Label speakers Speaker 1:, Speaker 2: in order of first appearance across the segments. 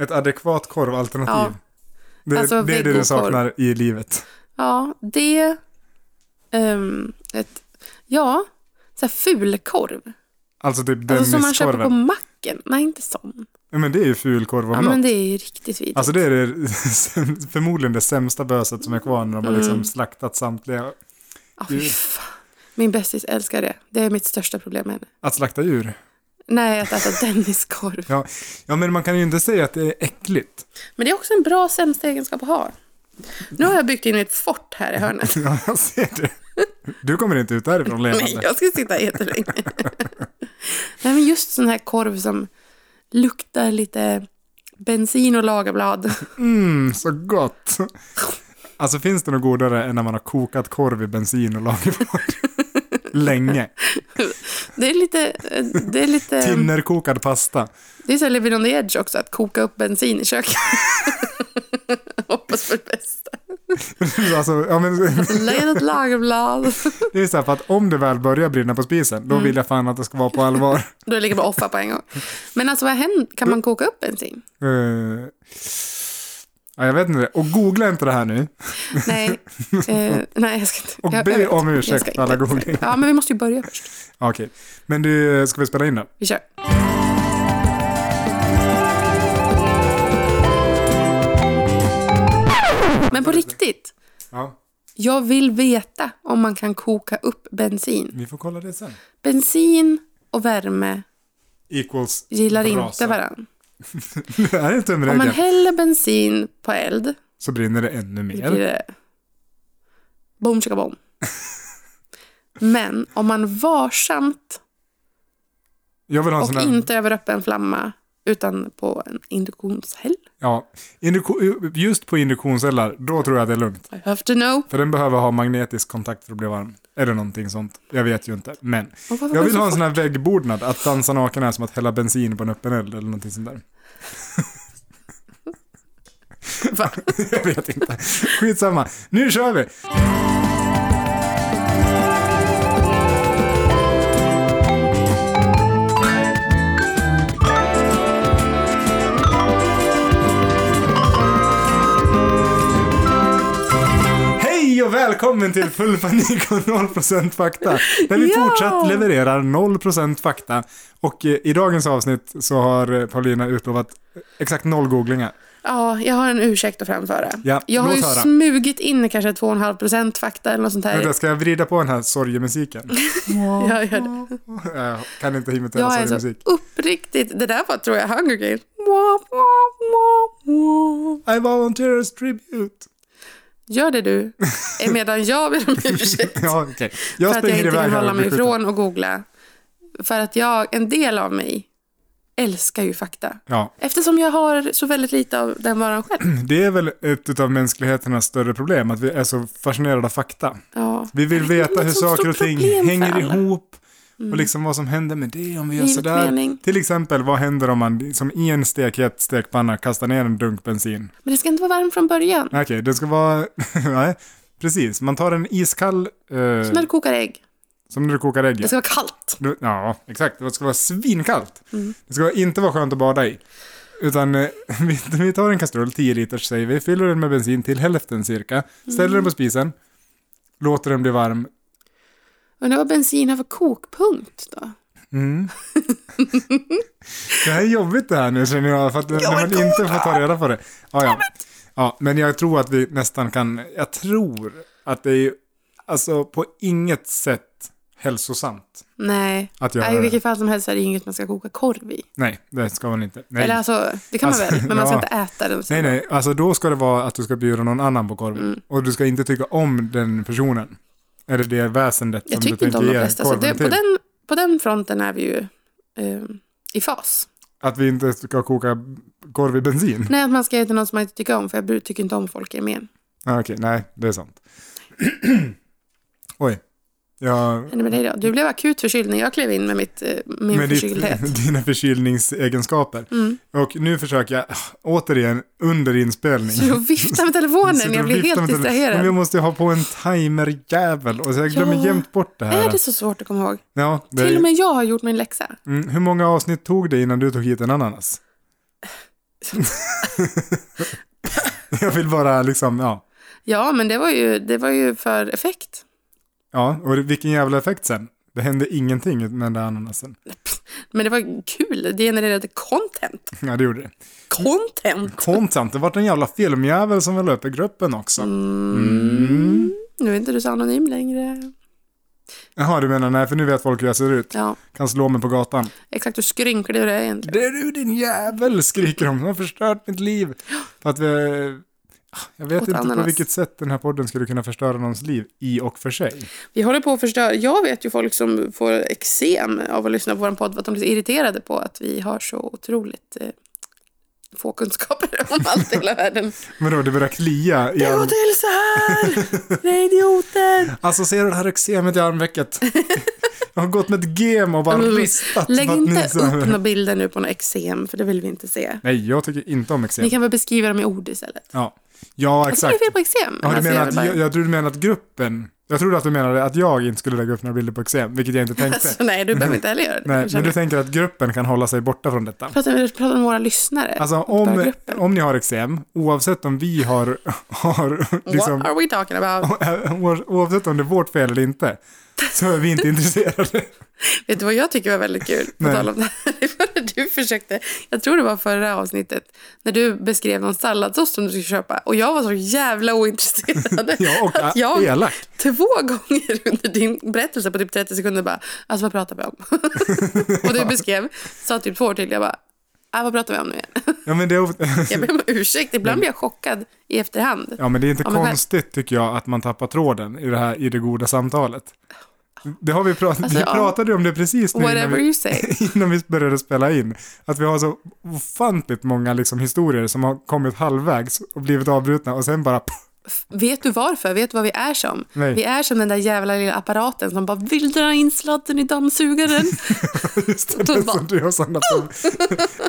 Speaker 1: Ett adekvat korvalternativ.
Speaker 2: Ja.
Speaker 1: Det,
Speaker 2: Alltså,
Speaker 1: det är det du
Speaker 2: Viggokorv.
Speaker 1: saknar i livet.
Speaker 2: Ja, det... ehm, ett, ja, så här fulkorv.
Speaker 1: Alltså typ
Speaker 2: Alltså som man köper på
Speaker 1: Denniskorven.
Speaker 2: macken. Nej, inte sån.
Speaker 1: Ja, Men det är ju fulkorv om
Speaker 2: Ja,
Speaker 1: något.
Speaker 2: men det är ju riktigt vidrigt.
Speaker 1: Alltså det är det, förmodligen det sämsta böset som är kvar när de har liksom
Speaker 2: Mm.
Speaker 1: slaktat samtliga.
Speaker 2: Ja, fy
Speaker 1: ju-
Speaker 2: fan. Min bästis älskar det. Det är mitt största problem med henne.
Speaker 1: Att slakta djur.
Speaker 2: Nej, att äta Denniskorv.
Speaker 1: Ja. ja, men man kan ju inte säga att det är äckligt.
Speaker 2: Men det är också en bra sämsta egenskap att ha. Nu har jag byggt in ett fort här i hörnet.
Speaker 1: Ja, jag ser det. Du kommer inte ut därifrån
Speaker 2: Nej,
Speaker 1: levande.
Speaker 2: jag ska sitta här jättelänge. Nej, men just sån här korv som luktar lite bensin och lagerblad.
Speaker 1: Mm, så gott. Alltså finns det något godare än när man har kokat korv i bensin och lagervård? Länge.
Speaker 2: Det är lite... Det är lite...
Speaker 1: Tinnerkokad pasta.
Speaker 2: Det är så här Living on the edge också, att koka upp bensin i köket. Hoppas för det bästa.
Speaker 1: Alltså, ja, men,
Speaker 2: Lägg ett lagerblad.
Speaker 1: det är så här, för att om det väl börjar brinna på spisen,
Speaker 2: Mm.
Speaker 1: då vill jag fan att det ska vara på allvar.
Speaker 2: Då ligger bara offa på en gång. Men alltså vad händer? Kan man koka upp bensin?
Speaker 1: Eh, ja, jag vet inte. Och googla inte det här nu.
Speaker 2: Nej, eh, nej jag ska inte.
Speaker 1: Och
Speaker 2: jag,
Speaker 1: be
Speaker 2: jag vet.
Speaker 1: om
Speaker 2: Jag
Speaker 1: ursäkt
Speaker 2: ska
Speaker 1: alla
Speaker 2: inte.
Speaker 1: googlingar.
Speaker 2: Ja, men vi måste ju börja först.
Speaker 1: Ja, Okej. Men du, ska vi spela in det?
Speaker 2: Vi kör. Men på riktigt,
Speaker 1: Ja.
Speaker 2: jag vill veta om man kan koka upp bensin.
Speaker 1: Vi får kolla det sen.
Speaker 2: Bensin och värme
Speaker 1: Equals
Speaker 2: gillar
Speaker 1: brasa.
Speaker 2: inte varann.
Speaker 1: det här är inte en
Speaker 2: Om man
Speaker 1: regel.
Speaker 2: häller bensin på eld
Speaker 1: Så brinner det ännu
Speaker 2: då
Speaker 1: mer.
Speaker 2: blir det boom chicka boom. Men om man varsamt
Speaker 1: Jag vill ha en sån
Speaker 2: och
Speaker 1: här...
Speaker 2: inte över öppen flamma utan på en induktionshäll.
Speaker 1: Ja. Induktion- Just på induktionseldar, då tror jag det är lugnt.
Speaker 2: I have to know.
Speaker 1: För den behöver ha magnetisk kontakt för att bli varm. Eller någonting sånt. Jag vet ju inte. Men
Speaker 2: Och varför
Speaker 1: jag
Speaker 2: går
Speaker 1: vill
Speaker 2: så
Speaker 1: ha en
Speaker 2: fort?
Speaker 1: sån här väggbordnad. Att dansa naken är som att hälla bensin på en öppen eld eller någonting sånt där.
Speaker 2: Va?
Speaker 1: Jag vet inte. Skitsamma. Nu kör vi! Hej och välkommen till Full panik och 0% fakta. Där vi
Speaker 2: Ja!
Speaker 1: fortsatt levererar 0% fakta. Och eh, i dagens avsnitt så har eh, Paulina utlovat exakt noll googlingar.
Speaker 2: Ja, jag har en ursäkt att framföra.
Speaker 1: Ja,
Speaker 2: jag har
Speaker 1: låt
Speaker 2: ju
Speaker 1: höra.
Speaker 2: smugit in kanske 2,5% fakta eller något sånt här.
Speaker 1: Vänta, ska jag vrida på den här sorgemusiken?
Speaker 2: Jag, gör det.
Speaker 1: jag Eh, kan inte imitera
Speaker 2: jag är så
Speaker 1: sorgemusik.
Speaker 2: uppriktigt... Det där var, tror jag, Hunger Games. Mwah, mwah, mwah, mwah.
Speaker 1: I volunteer as tribute.
Speaker 2: Gör det du, medan jag ber om ursäkt
Speaker 1: ja, okej. Jag
Speaker 2: för att jag
Speaker 1: springer
Speaker 2: inte
Speaker 1: iväg
Speaker 2: kan
Speaker 1: här
Speaker 2: hålla
Speaker 1: och
Speaker 2: mig
Speaker 1: blir skjuten.
Speaker 2: ifrån och googla. För att jag, en del av mig älskar ju fakta.
Speaker 1: Ja,
Speaker 2: Eftersom jag har så väldigt lite av den varan själv.
Speaker 1: det är väl ett av mänsklighetens större problem, att vi är så fascinerade av fakta.
Speaker 2: Ja.
Speaker 1: Vi vill
Speaker 2: Det är
Speaker 1: veta
Speaker 2: ett
Speaker 1: hur
Speaker 2: sånt stort
Speaker 1: saker och ting
Speaker 2: problem för
Speaker 1: hänger
Speaker 2: alla.
Speaker 1: ihop och liksom vad som händer med det om vi gör
Speaker 2: Livet
Speaker 1: sådär.
Speaker 2: mening.
Speaker 1: Till exempel, vad händer om man som i en stekhet stekpanna kastar ner en dunk bensin?
Speaker 2: Men det ska inte vara varmt från början.
Speaker 1: Okej, det ska vara... Nej, precis. Man tar en iskall... Eh,
Speaker 2: När du kokar ägg.
Speaker 1: som när du kokar ägg.
Speaker 2: Det ska vara kallt.
Speaker 1: Du- Ja, exakt. Det ska vara svinkallt. Det ska inte vara skönt att bada i. Utan eh, vi, vi tar en kastrull, 10 liters säger vi, fyller den med bensin till hälften cirka, ställer den på spisen, låter den bli varm.
Speaker 2: Undrar vad bensin har för kokpunkt då?
Speaker 1: Mm. det här är jobbigt det här nu känner jag, för att när man
Speaker 2: vill
Speaker 1: inte får ta reda på det. Ja, ja. ja, men jag tror att vi nästan kan, jag tror att det är ju, alltså på inget sätt hälsosamt
Speaker 2: Nej.
Speaker 1: att göra
Speaker 2: Nej, I
Speaker 1: det.
Speaker 2: vilket fall som helst är det inget man ska koka korv i.
Speaker 1: Nej, det ska man inte. Nej.
Speaker 2: Eller alltså, det kan
Speaker 1: Alltså,
Speaker 2: man väl, men man ska
Speaker 1: ja.
Speaker 2: inte äta den.
Speaker 1: Nej, nej, alltså då ska det vara att du ska bjuda någon annan på korven.
Speaker 2: Mm.
Speaker 1: Och du ska inte tycka om den personen. Eller det väsendet
Speaker 2: Jag
Speaker 1: som du
Speaker 2: tycker
Speaker 1: tänker
Speaker 2: inte om de
Speaker 1: ge
Speaker 2: flesta, så
Speaker 1: korven
Speaker 2: det, på,
Speaker 1: till.
Speaker 2: den, på den fronten är vi ju eh, i fas.
Speaker 1: Att vi inte ska koka korv i bensin.
Speaker 2: Nej, att man ska äta något som man inte tycker om, för jag bru- tycker inte om folk i gemen.
Speaker 1: Ah, Okej, nej, det är sant. Oj. Ja,
Speaker 2: Vad hände med dig då?
Speaker 1: Mm.
Speaker 2: Du blev akut förkylning, jag klev in med mitt, eh, min
Speaker 1: med
Speaker 2: förkyldhet. Mm.
Speaker 1: ditt, dina förkylningsegenskaper. Och nu försöker jag, ah, återigen, under inspelning.
Speaker 2: Så jag viftar
Speaker 1: Sitter
Speaker 2: med telefonen,
Speaker 1: och
Speaker 2: jag blir
Speaker 1: viftar
Speaker 2: helt
Speaker 1: med telefonen. Men jag
Speaker 2: distraherad.
Speaker 1: måste ju ha på en timerjävel och så jag glömmer
Speaker 2: Ja.
Speaker 1: jämt bort det här.
Speaker 2: Är det så svårt att komma ihåg?
Speaker 1: Ja, det
Speaker 2: Till
Speaker 1: är-
Speaker 2: och med jag har gjort min läxa.
Speaker 1: Mm, hur många avsnitt tog det innan du tog hit en ananas? Jag vill bara liksom, ja.
Speaker 2: Ja, men det var ju, det var ju för effekt.
Speaker 1: Ja, och vilken jävla effekt sen. Det hände ingenting med den där ananasen.
Speaker 2: Men det var kul, det genererade content.
Speaker 1: Ja, det gjorde det.
Speaker 2: Content!
Speaker 1: Content, det vart en jävla filmjävel som väl löper gruppen också.
Speaker 2: Mm. Nu är inte du så anonym längre.
Speaker 1: Jaha, du menar nej, för nu vet folk hur jag ser ut.
Speaker 2: Ja,
Speaker 1: Kan slå mig på gatan.
Speaker 2: exakt hur skrynklig du är egentligen.
Speaker 1: Det är du din jävel, skriker de. De har förstört mitt liv. För att vi... ah, Jag vet
Speaker 2: Åt
Speaker 1: inte på
Speaker 2: ananas.
Speaker 1: vilket sätt den här podden skulle kunna förstöra någons liv i och för sig.
Speaker 2: Vi håller på att förstöra. Jag vet ju folk som får eksem av att lyssna på vår podd för att de blir så irriterade på att vi har så otroligt eh, få kunskaper om allt i hela världen.
Speaker 1: Men då, det börjar klia i
Speaker 2: Det går
Speaker 1: arm...
Speaker 2: till så här! Det är idioter!
Speaker 1: Alltså ser du det här eksemet i armvecket? Jag har gått med ett gem och bara
Speaker 2: Mm.
Speaker 1: ristat.
Speaker 2: Lägg
Speaker 1: för att ni
Speaker 2: inte
Speaker 1: så här-
Speaker 2: upp några bilder nu på några eksem, för det vill vi inte se.
Speaker 1: Nej, jag tycker inte om eksem.
Speaker 2: Ni kan väl beskriva dem i ord istället.
Speaker 1: Ja, ja
Speaker 2: Alltså, det
Speaker 1: exakt.
Speaker 2: är fel på eksem. men
Speaker 1: Ja, du
Speaker 2: alltså,
Speaker 1: menar
Speaker 2: jag
Speaker 1: att,
Speaker 2: bara-
Speaker 1: jag, jag tror du menar att gruppen, jag trodde att du menade att jag inte skulle lägga upp några bilder på eksem, vilket jag inte tänkte.
Speaker 2: Alltså, nej, du behöver inte heller göra det.
Speaker 1: Nej,
Speaker 2: Jag
Speaker 1: men
Speaker 2: känner-
Speaker 1: du tänker att gruppen kan hålla sig borta från detta.
Speaker 2: pratar, vi pratar om våra lyssnare.
Speaker 1: Alltså
Speaker 2: Inte bara
Speaker 1: om,
Speaker 2: gruppen.
Speaker 1: om ni har eksem, oavsett om vi har, har liksom,
Speaker 2: What are we talking about?
Speaker 1: oavsett om det är vårt fel eller inte, så är vi inte intresserade.
Speaker 2: Vet du vad jag tycker var väldigt kul? På
Speaker 1: Nej.
Speaker 2: tal om det här. Det var när du försökte, jag tror det var förra avsnittet, när du beskrev någon salladssås som du skulle köpa och jag var så jävla ointresserad.
Speaker 1: Ja, och
Speaker 2: att
Speaker 1: jag...
Speaker 2: jag
Speaker 1: elak.
Speaker 2: två gånger under din berättelse på typ 30 sekunder bara, alltså vad pratar vi om? och du beskrev, sa typ två år till, jag bara, ah, vad pratar vi om nu igen?
Speaker 1: Ja, men det är, of-
Speaker 2: Jag ber om ursäkt, ibland blir jag chockad i efterhand.
Speaker 1: ja, men det är inte
Speaker 2: Ja, men-
Speaker 1: konstigt tycker jag att man tappar tråden i det här i det goda samtalet. Det har vi pratat,
Speaker 2: Alltså,
Speaker 1: vi
Speaker 2: ja.
Speaker 1: pratade ju om det precis nu innan
Speaker 2: Whatever
Speaker 1: vi,
Speaker 2: you say.
Speaker 1: innan vi började spela in. Att vi har så ofantligt många liksom, historier som har kommit halvvägs och blivit avbrutna och sen bara
Speaker 2: Vet du varför? Vet du vad vi är som?
Speaker 1: Nej.
Speaker 2: Vi är som den där jävla lilla apparaten som bara vill dra in sladden i dammsugaren.
Speaker 1: Just det,
Speaker 2: Då
Speaker 1: den
Speaker 2: bara-
Speaker 1: som, du har samlat på.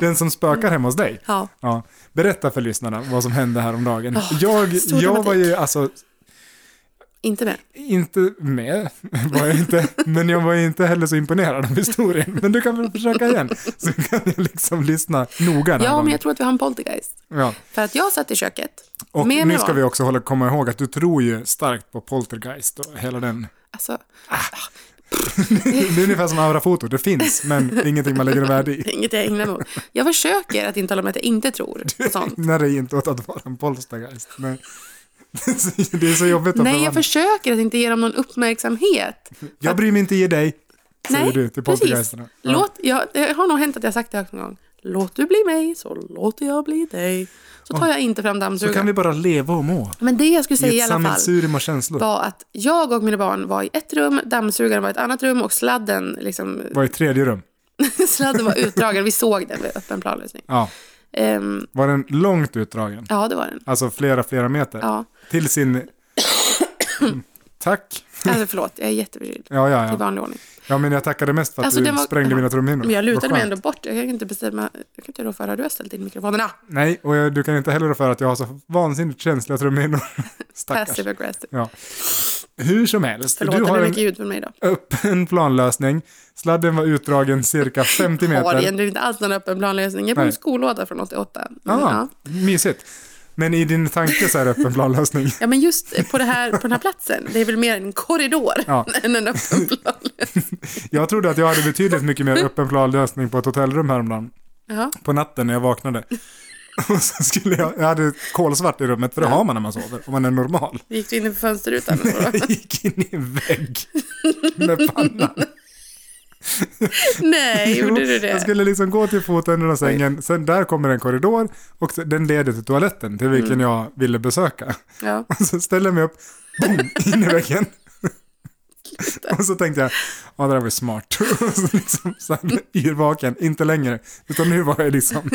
Speaker 1: den som spökar hemma hos dig.
Speaker 2: Ja,
Speaker 1: Ja. Berätta för lyssnarna vad som hände häromdagen.
Speaker 2: Åh,
Speaker 1: jag,
Speaker 2: stor
Speaker 1: jag var
Speaker 2: dramatik.
Speaker 1: ju alltså
Speaker 2: inte mer.
Speaker 1: inte med, var jag inte, men jag var ju inte heller så imponerad av historien. Men du kan väl försöka igen, så kan jag liksom lyssna noga. den här
Speaker 2: Ja, men
Speaker 1: gången.
Speaker 2: jag tror att vi har en poltergeist.
Speaker 1: ja.
Speaker 2: För att jag satt i köket.
Speaker 1: Och
Speaker 2: Mer
Speaker 1: nu
Speaker 2: än
Speaker 1: ska
Speaker 2: vad-
Speaker 1: vi också hålla, komma ihåg att du tror ju starkt på poltergeist och hela den.
Speaker 2: Alltså,
Speaker 1: Det är ungefär som aurafoto, det finns, men det är ingenting man lägger värde i.
Speaker 2: det är inget jag ägnar mig åt. Jag försöker att intala mig att jag inte tror på sånt.
Speaker 1: När det inte åt att vara en poltergeist. Men det är så jobbigt att
Speaker 2: Nej, jag
Speaker 1: förvandla.
Speaker 2: försöker att inte ge dem någon uppmärksamhet.
Speaker 1: Jag bryr mig inte i dig, säger
Speaker 2: Nej,
Speaker 1: du till
Speaker 2: precis.
Speaker 1: poltergeisterna. Ja.
Speaker 2: Låt, jag, det har nog hänt att jag har sagt det högt någon gång. Låt du bli mig, så låter jag bli dig. Så tar jag inte fram
Speaker 1: Då kan
Speaker 2: dammsugaren.
Speaker 1: vi bara leva och må.
Speaker 2: Men det jag skulle säga
Speaker 1: I
Speaker 2: i
Speaker 1: ett
Speaker 2: alla fall.
Speaker 1: sammelsurium av känslor.
Speaker 2: var att jag och mina barn var i ett rum, dammsugaren var i ett annat rum och sladden, liksom,
Speaker 1: Var i tredje rum.
Speaker 2: sladden var utdragen. Vi såg den vid öppen planlösning.
Speaker 1: Ja.
Speaker 2: Ehm,
Speaker 1: Var den långt utdragen?
Speaker 2: ja, det var den.
Speaker 1: Alltså flera, flera meter?
Speaker 2: Ja.
Speaker 1: Till sin... Mm, Tack.
Speaker 2: Alltså, förlåt, jag är jätteförkyld.
Speaker 1: Ja, ja,
Speaker 2: I
Speaker 1: ja.
Speaker 2: vanlig ordning.
Speaker 1: Ja, men jag tackade mest för att
Speaker 2: Alltså,
Speaker 1: du
Speaker 2: den var-
Speaker 1: sprängde mina trumhinnor.
Speaker 2: Men jag
Speaker 1: Vad
Speaker 2: lutade mig
Speaker 1: skönt.
Speaker 2: ändå bort. Jag kan inte bestämma. Jag kan inte rå för hur du har ställt in mikrofonerna.
Speaker 1: Nej, och jag, du kan inte heller rå för att jag har så vansinnigt känsliga trumhinnor. Stackars.
Speaker 2: Passive aggressive.
Speaker 1: Ja. Hur som helst,
Speaker 2: Förlåt,
Speaker 1: du
Speaker 2: det
Speaker 1: har
Speaker 2: blir
Speaker 1: en
Speaker 2: mycket ljud från mig idag.
Speaker 1: öppen planlösning. Sladden var utdragen cirka 50
Speaker 2: Har
Speaker 1: meter.
Speaker 2: egentligen inte alls någon öppen planlösning. Jag bor i
Speaker 1: Nej.
Speaker 2: en skollåda från 88. Men,
Speaker 1: Ah,
Speaker 2: ja.
Speaker 1: mysigt. Men i din tanke så är det öppen planlösning.
Speaker 2: ja, men just på, det här, på den här platsen. Det är väl mer en korridor
Speaker 1: Ja.
Speaker 2: än en öppen planlösning.
Speaker 1: Jag trodde att jag hade betydligt mycket mer öppen planlösning på ett hotellrum häromdagen.
Speaker 2: Ja.
Speaker 1: På natten när jag vaknade. Och så skulle jag, jag hade kolsvart i rummet, för det har man när man sover, om man är normal.
Speaker 2: Gick du in i fönsterrutan? och så?
Speaker 1: Jag gick in i en vägg med pannan.
Speaker 2: Nej, gjorde du det?
Speaker 1: Jag skulle liksom gå till foten av sängen, sen där kommer en korridor och så- den leder till toaletten, till
Speaker 2: Mm.
Speaker 1: vilken jag ville besöka.
Speaker 2: Ja.
Speaker 1: Och så ställer jag mig upp, boom, in i väggen. Och så tänkte jag, ja det där var ju smart. Och så liksom så här, yrvaken, inte längre. Utan nu var jag liksom,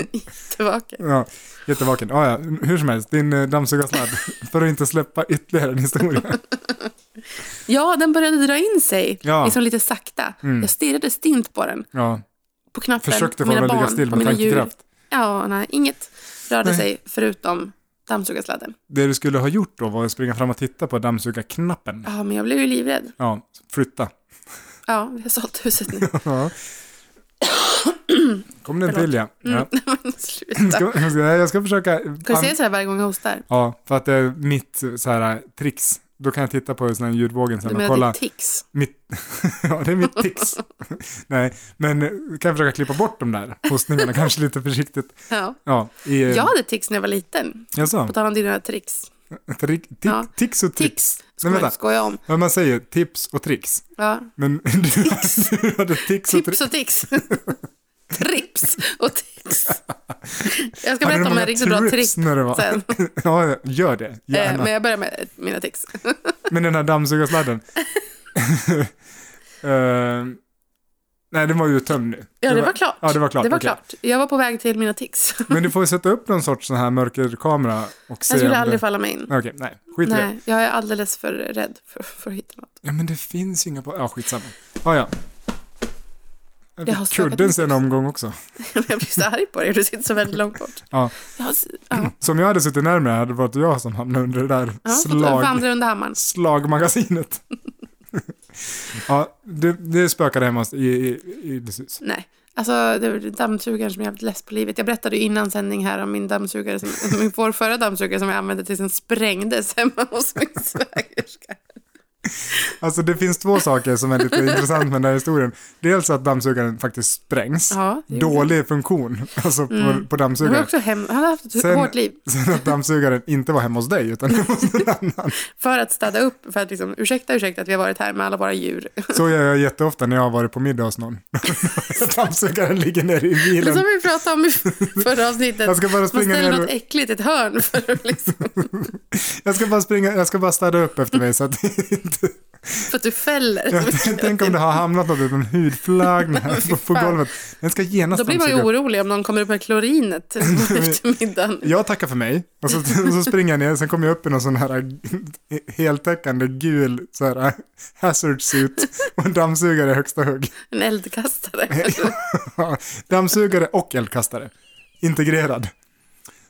Speaker 2: Tillbaka.
Speaker 1: ja, jättevaken. Ah, Ja, ja, hur som helst, din eh, dammsugarsladd. För att inte släppa ytterligare en historia.
Speaker 2: Ja, den började dra in sig.
Speaker 1: Ja.
Speaker 2: Liksom lite sakta. Jag stirrade stint på den.
Speaker 1: Ja,
Speaker 2: På knappen,
Speaker 1: försökte
Speaker 2: på
Speaker 1: få den
Speaker 2: mina
Speaker 1: att ligga
Speaker 2: barn,
Speaker 1: still
Speaker 2: på
Speaker 1: med
Speaker 2: mina djur.
Speaker 1: tankekraft.
Speaker 2: Ja, nej, inget rörde sig förutom dammsugarsladden.
Speaker 1: Det du skulle ha gjort då var att springa fram och titta på dammsugarknappen.
Speaker 2: Ja, men jag blev ju livrädd.
Speaker 1: Ja, flytta.
Speaker 2: Ja, vi har sålt huset nu.
Speaker 1: Ja. kom det en till ja.
Speaker 2: Mm.
Speaker 1: ja.
Speaker 2: Men sluta.
Speaker 1: Ska, ska, jag ska försöka...
Speaker 2: Kan du säga så här varje gång jag hostar?
Speaker 1: Ja, för att det är mitt eh, så här tricks. Då kan jag titta på sån här ljudvågen
Speaker 2: Du
Speaker 1: sen och
Speaker 2: menar
Speaker 1: kolla.
Speaker 2: att det är tics?
Speaker 1: Mitt, ja, det är mitt tics. Nej, men eh, kan jag försöka klippa bort de där hostningarna, kanske lite försiktigt.
Speaker 2: Ja.
Speaker 1: Ja, i, eh,
Speaker 2: Jag hade tics när jag var liten.
Speaker 1: Jaså?
Speaker 2: På tal om dina tricks.
Speaker 1: Trick, tic,
Speaker 2: Ja.
Speaker 1: Tics och tricks.
Speaker 2: Tics.
Speaker 1: Nej, vänta.
Speaker 2: Skoj, skoja om.
Speaker 1: Men man säger tips och tricks.
Speaker 2: Ja.
Speaker 1: Men du, du hade tics och
Speaker 2: Tips
Speaker 1: tricks.
Speaker 2: och tics. Trips och tics. Jag
Speaker 1: Hade du
Speaker 2: ska berätta om
Speaker 1: många
Speaker 2: en riktigt bra
Speaker 1: trips
Speaker 2: tripp
Speaker 1: när det var?
Speaker 2: sen.
Speaker 1: Ja, gör det.
Speaker 2: Eh,
Speaker 1: Gärna.
Speaker 2: Men jag börjar med mina tics.
Speaker 1: Med den här dammsugarsladden. Eh, nej, den var ju tömd nu.
Speaker 2: Ja, det var klart.
Speaker 1: Ja, det var klart.
Speaker 2: Det var
Speaker 1: okej.
Speaker 2: klart. Jag var på väg till mina tics.
Speaker 1: Men du får ju sätta upp någon sorts sån här mörkerkamera och se
Speaker 2: Jag skulle
Speaker 1: om
Speaker 2: aldrig
Speaker 1: det...
Speaker 2: falla mig in.
Speaker 1: Okej, nej. Skit i det.
Speaker 2: Nej, jag är alldeles för rädd för, för att hitta något.
Speaker 1: Ja, men det finns ju inga... på- Ja, skitsamma. Ah, ja. Jag
Speaker 2: Jag har
Speaker 1: fick kudden
Speaker 2: sökat-
Speaker 1: sen omgång också.
Speaker 2: Jag blir så arg på dig, du sitter så väldigt långt bort.
Speaker 1: Ja.
Speaker 2: Jag har, s- ja.
Speaker 1: Som jag hade suttit närmare hade det varit jag som hamnade under det där
Speaker 2: Ja,
Speaker 1: slag...
Speaker 2: Vandra under hammaren.
Speaker 1: slagmagasinet. ja, det, det spökade hemma hos- i, i, i det hus.
Speaker 2: Nej, alltså det var dammsugaren som är jävligt less på livet. Jag berättade ju innan sändning här om min dammsugare, som, alltså, min vår förra dammsugare som jag använde tills den sprängdes hemma hos min svägerska.
Speaker 1: Alltså det finns två saker som är lite intressant med den här historien. Dels att dammsugaren faktiskt sprängs.
Speaker 2: Ja, Mm. det gjorde
Speaker 1: Dålig funktion alltså på, på
Speaker 2: Han var
Speaker 1: dammsugaren.
Speaker 2: också hem, han har haft ett
Speaker 1: Sen-
Speaker 2: hårt liv
Speaker 1: Sen att dammsugaren inte var hemma hos dig utan hemma hos någon annan.
Speaker 2: för att städa upp, för att liksom, ursäkta, ursäkta att vi har varit här med alla våra djur.
Speaker 1: Så gör jag jätteofta när jag har varit på middag hos någon. dammsugaren ligger nere i
Speaker 2: Men som
Speaker 1: bilen.
Speaker 2: vi pratade om i förra avsnittet,
Speaker 1: Jag ska bara
Speaker 2: man
Speaker 1: springa
Speaker 2: ställer
Speaker 1: ner
Speaker 2: något
Speaker 1: och,
Speaker 2: äckligt i ett hörn för att, liksom,
Speaker 1: jag ska bara springa, jag ska bara städa upp efter mig så att
Speaker 2: för att du fäller.
Speaker 1: Ja, Tänk om det har hamnat något utan hudflagg på, på
Speaker 2: fan.
Speaker 1: golvet. Den ska genast
Speaker 2: Då blir man ju
Speaker 1: dammsugas.
Speaker 2: orolig om någon kommer upp med klorinet på eftermiddagen.
Speaker 1: Jag tackar för mig och så, och så springer jag ner, sen kommer jag upp i någon sån här heltäckande gul så här, hazard suit och en dammsugare i högsta hugg.
Speaker 2: En eldkastare.
Speaker 1: dammsugare och eldkastare, integrerad.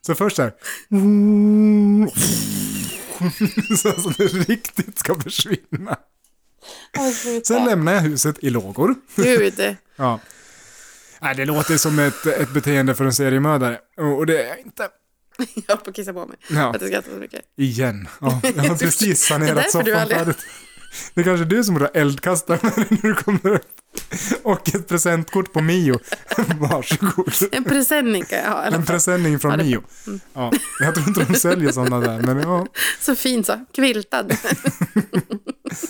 Speaker 1: Så först så här, så att det riktigt ska försvinna. Sen lämnar jag huset i lågor.
Speaker 2: Alltså, Gud.
Speaker 1: Ja. Nej, det låter som ett, ett beteende för en seriemördare. Och och det är jag inte.
Speaker 2: Jag höll på att kissa på mig.
Speaker 1: Ja,
Speaker 2: För att jag skrattar så mycket.
Speaker 1: igen. Ja, jag har precis
Speaker 2: Det är
Speaker 1: sanerat
Speaker 2: därför du
Speaker 1: soffan
Speaker 2: aldrig-
Speaker 1: färdigt. Det är kanske du som borde ha eldkastare med dig när du kommer upp. Och ett presentkort på Mio. Varsågod.
Speaker 2: En presenning kan jag ha. Eller?
Speaker 1: En presenning
Speaker 2: Ja,
Speaker 1: från
Speaker 2: det- Mm.
Speaker 1: Mio. Ja, jag tror inte de säljer sådana där, men ja.
Speaker 2: Så fin så. Kviltad.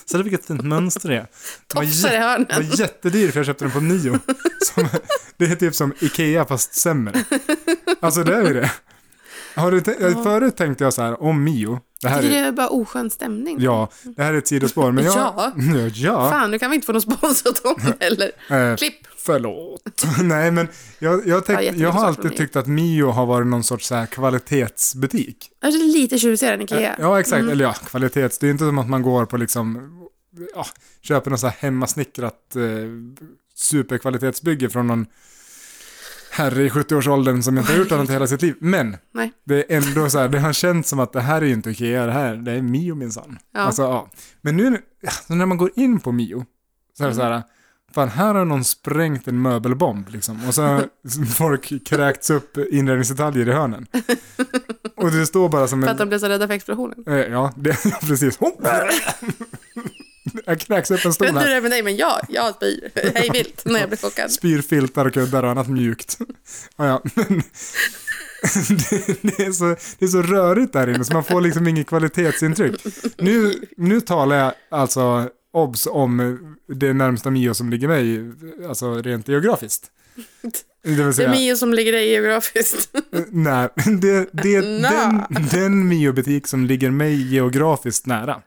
Speaker 1: Så det vilket fint mönster det är. Det var
Speaker 2: Tofsar i
Speaker 1: Det var
Speaker 2: hörnen.
Speaker 1: jättedyr för jag köpte den på Mio. Som, det är typ som Ikea fast sämre. Alltså det är ju det. Har du tänkt- Förut tänkte jag så här om Mio. Det här
Speaker 2: Tycker
Speaker 1: är,
Speaker 2: det är bara oskön stämning.
Speaker 1: ja, det här är ett sidospår. Men jag,
Speaker 2: Ja.
Speaker 1: ja,
Speaker 2: Fan, nu kan vi inte få någon spons åt dem heller.
Speaker 1: Eh,
Speaker 2: Klipp.
Speaker 1: förlåt. Nej, men jag, jag, tänk,
Speaker 2: Ja, jättemycket
Speaker 1: jag har
Speaker 2: saker
Speaker 1: alltid
Speaker 2: från
Speaker 1: tyckt att Mio har varit någon sorts så här kvalitetsbutik.
Speaker 2: Kanske lite tjusigare än Ikea.
Speaker 1: Eh,
Speaker 2: Mm.
Speaker 1: Ja, exakt. Eller ja, kvalitets. Det är inte som att man går på liksom, ja, köper något så här hemmasnickrat eh, superkvalitetsbygge från någon herre i 70-årsåldern som inte har gjort annat i hela sitt liv. Men
Speaker 2: Nej.
Speaker 1: det är ändå så här, det har känts som att det här är ju inte Ikea, det här, det är Mio minsann.
Speaker 2: Ja.
Speaker 1: Alltså, ja. Men nu alltså, när man går in på Mio, så är det så här, fan här har någon sprängt en möbelbomb liksom. Och så har folk kräkts upp inredningsdetaljer i hörnen. Och det står bara som
Speaker 2: För
Speaker 1: en...
Speaker 2: att de blev så rädda för explosionen.
Speaker 1: Eh, Ja, det, ja precis. Hopp! Jag kräks upp en
Speaker 2: Jag
Speaker 1: stol
Speaker 2: vet inte
Speaker 1: här.
Speaker 2: hur det är med dig, men jag, jag spyr hej vilt när jag blir chockad.
Speaker 1: Spyr filtar och kuddar och annat mjukt. Ja, ja, men det, det, är så, det är så rörigt där inne så man får liksom inget kvalitetsintryck. Nu, nu talar jag alltså obs om det närmsta Mio som ligger mig, alltså rent geografiskt. Det vill
Speaker 2: Det är
Speaker 1: säga,
Speaker 2: Mio som ligger dig geografiskt.
Speaker 1: eh, nej, det, det,
Speaker 2: Nå.
Speaker 1: den, den Mio-butik som ligger mig geografiskt nära.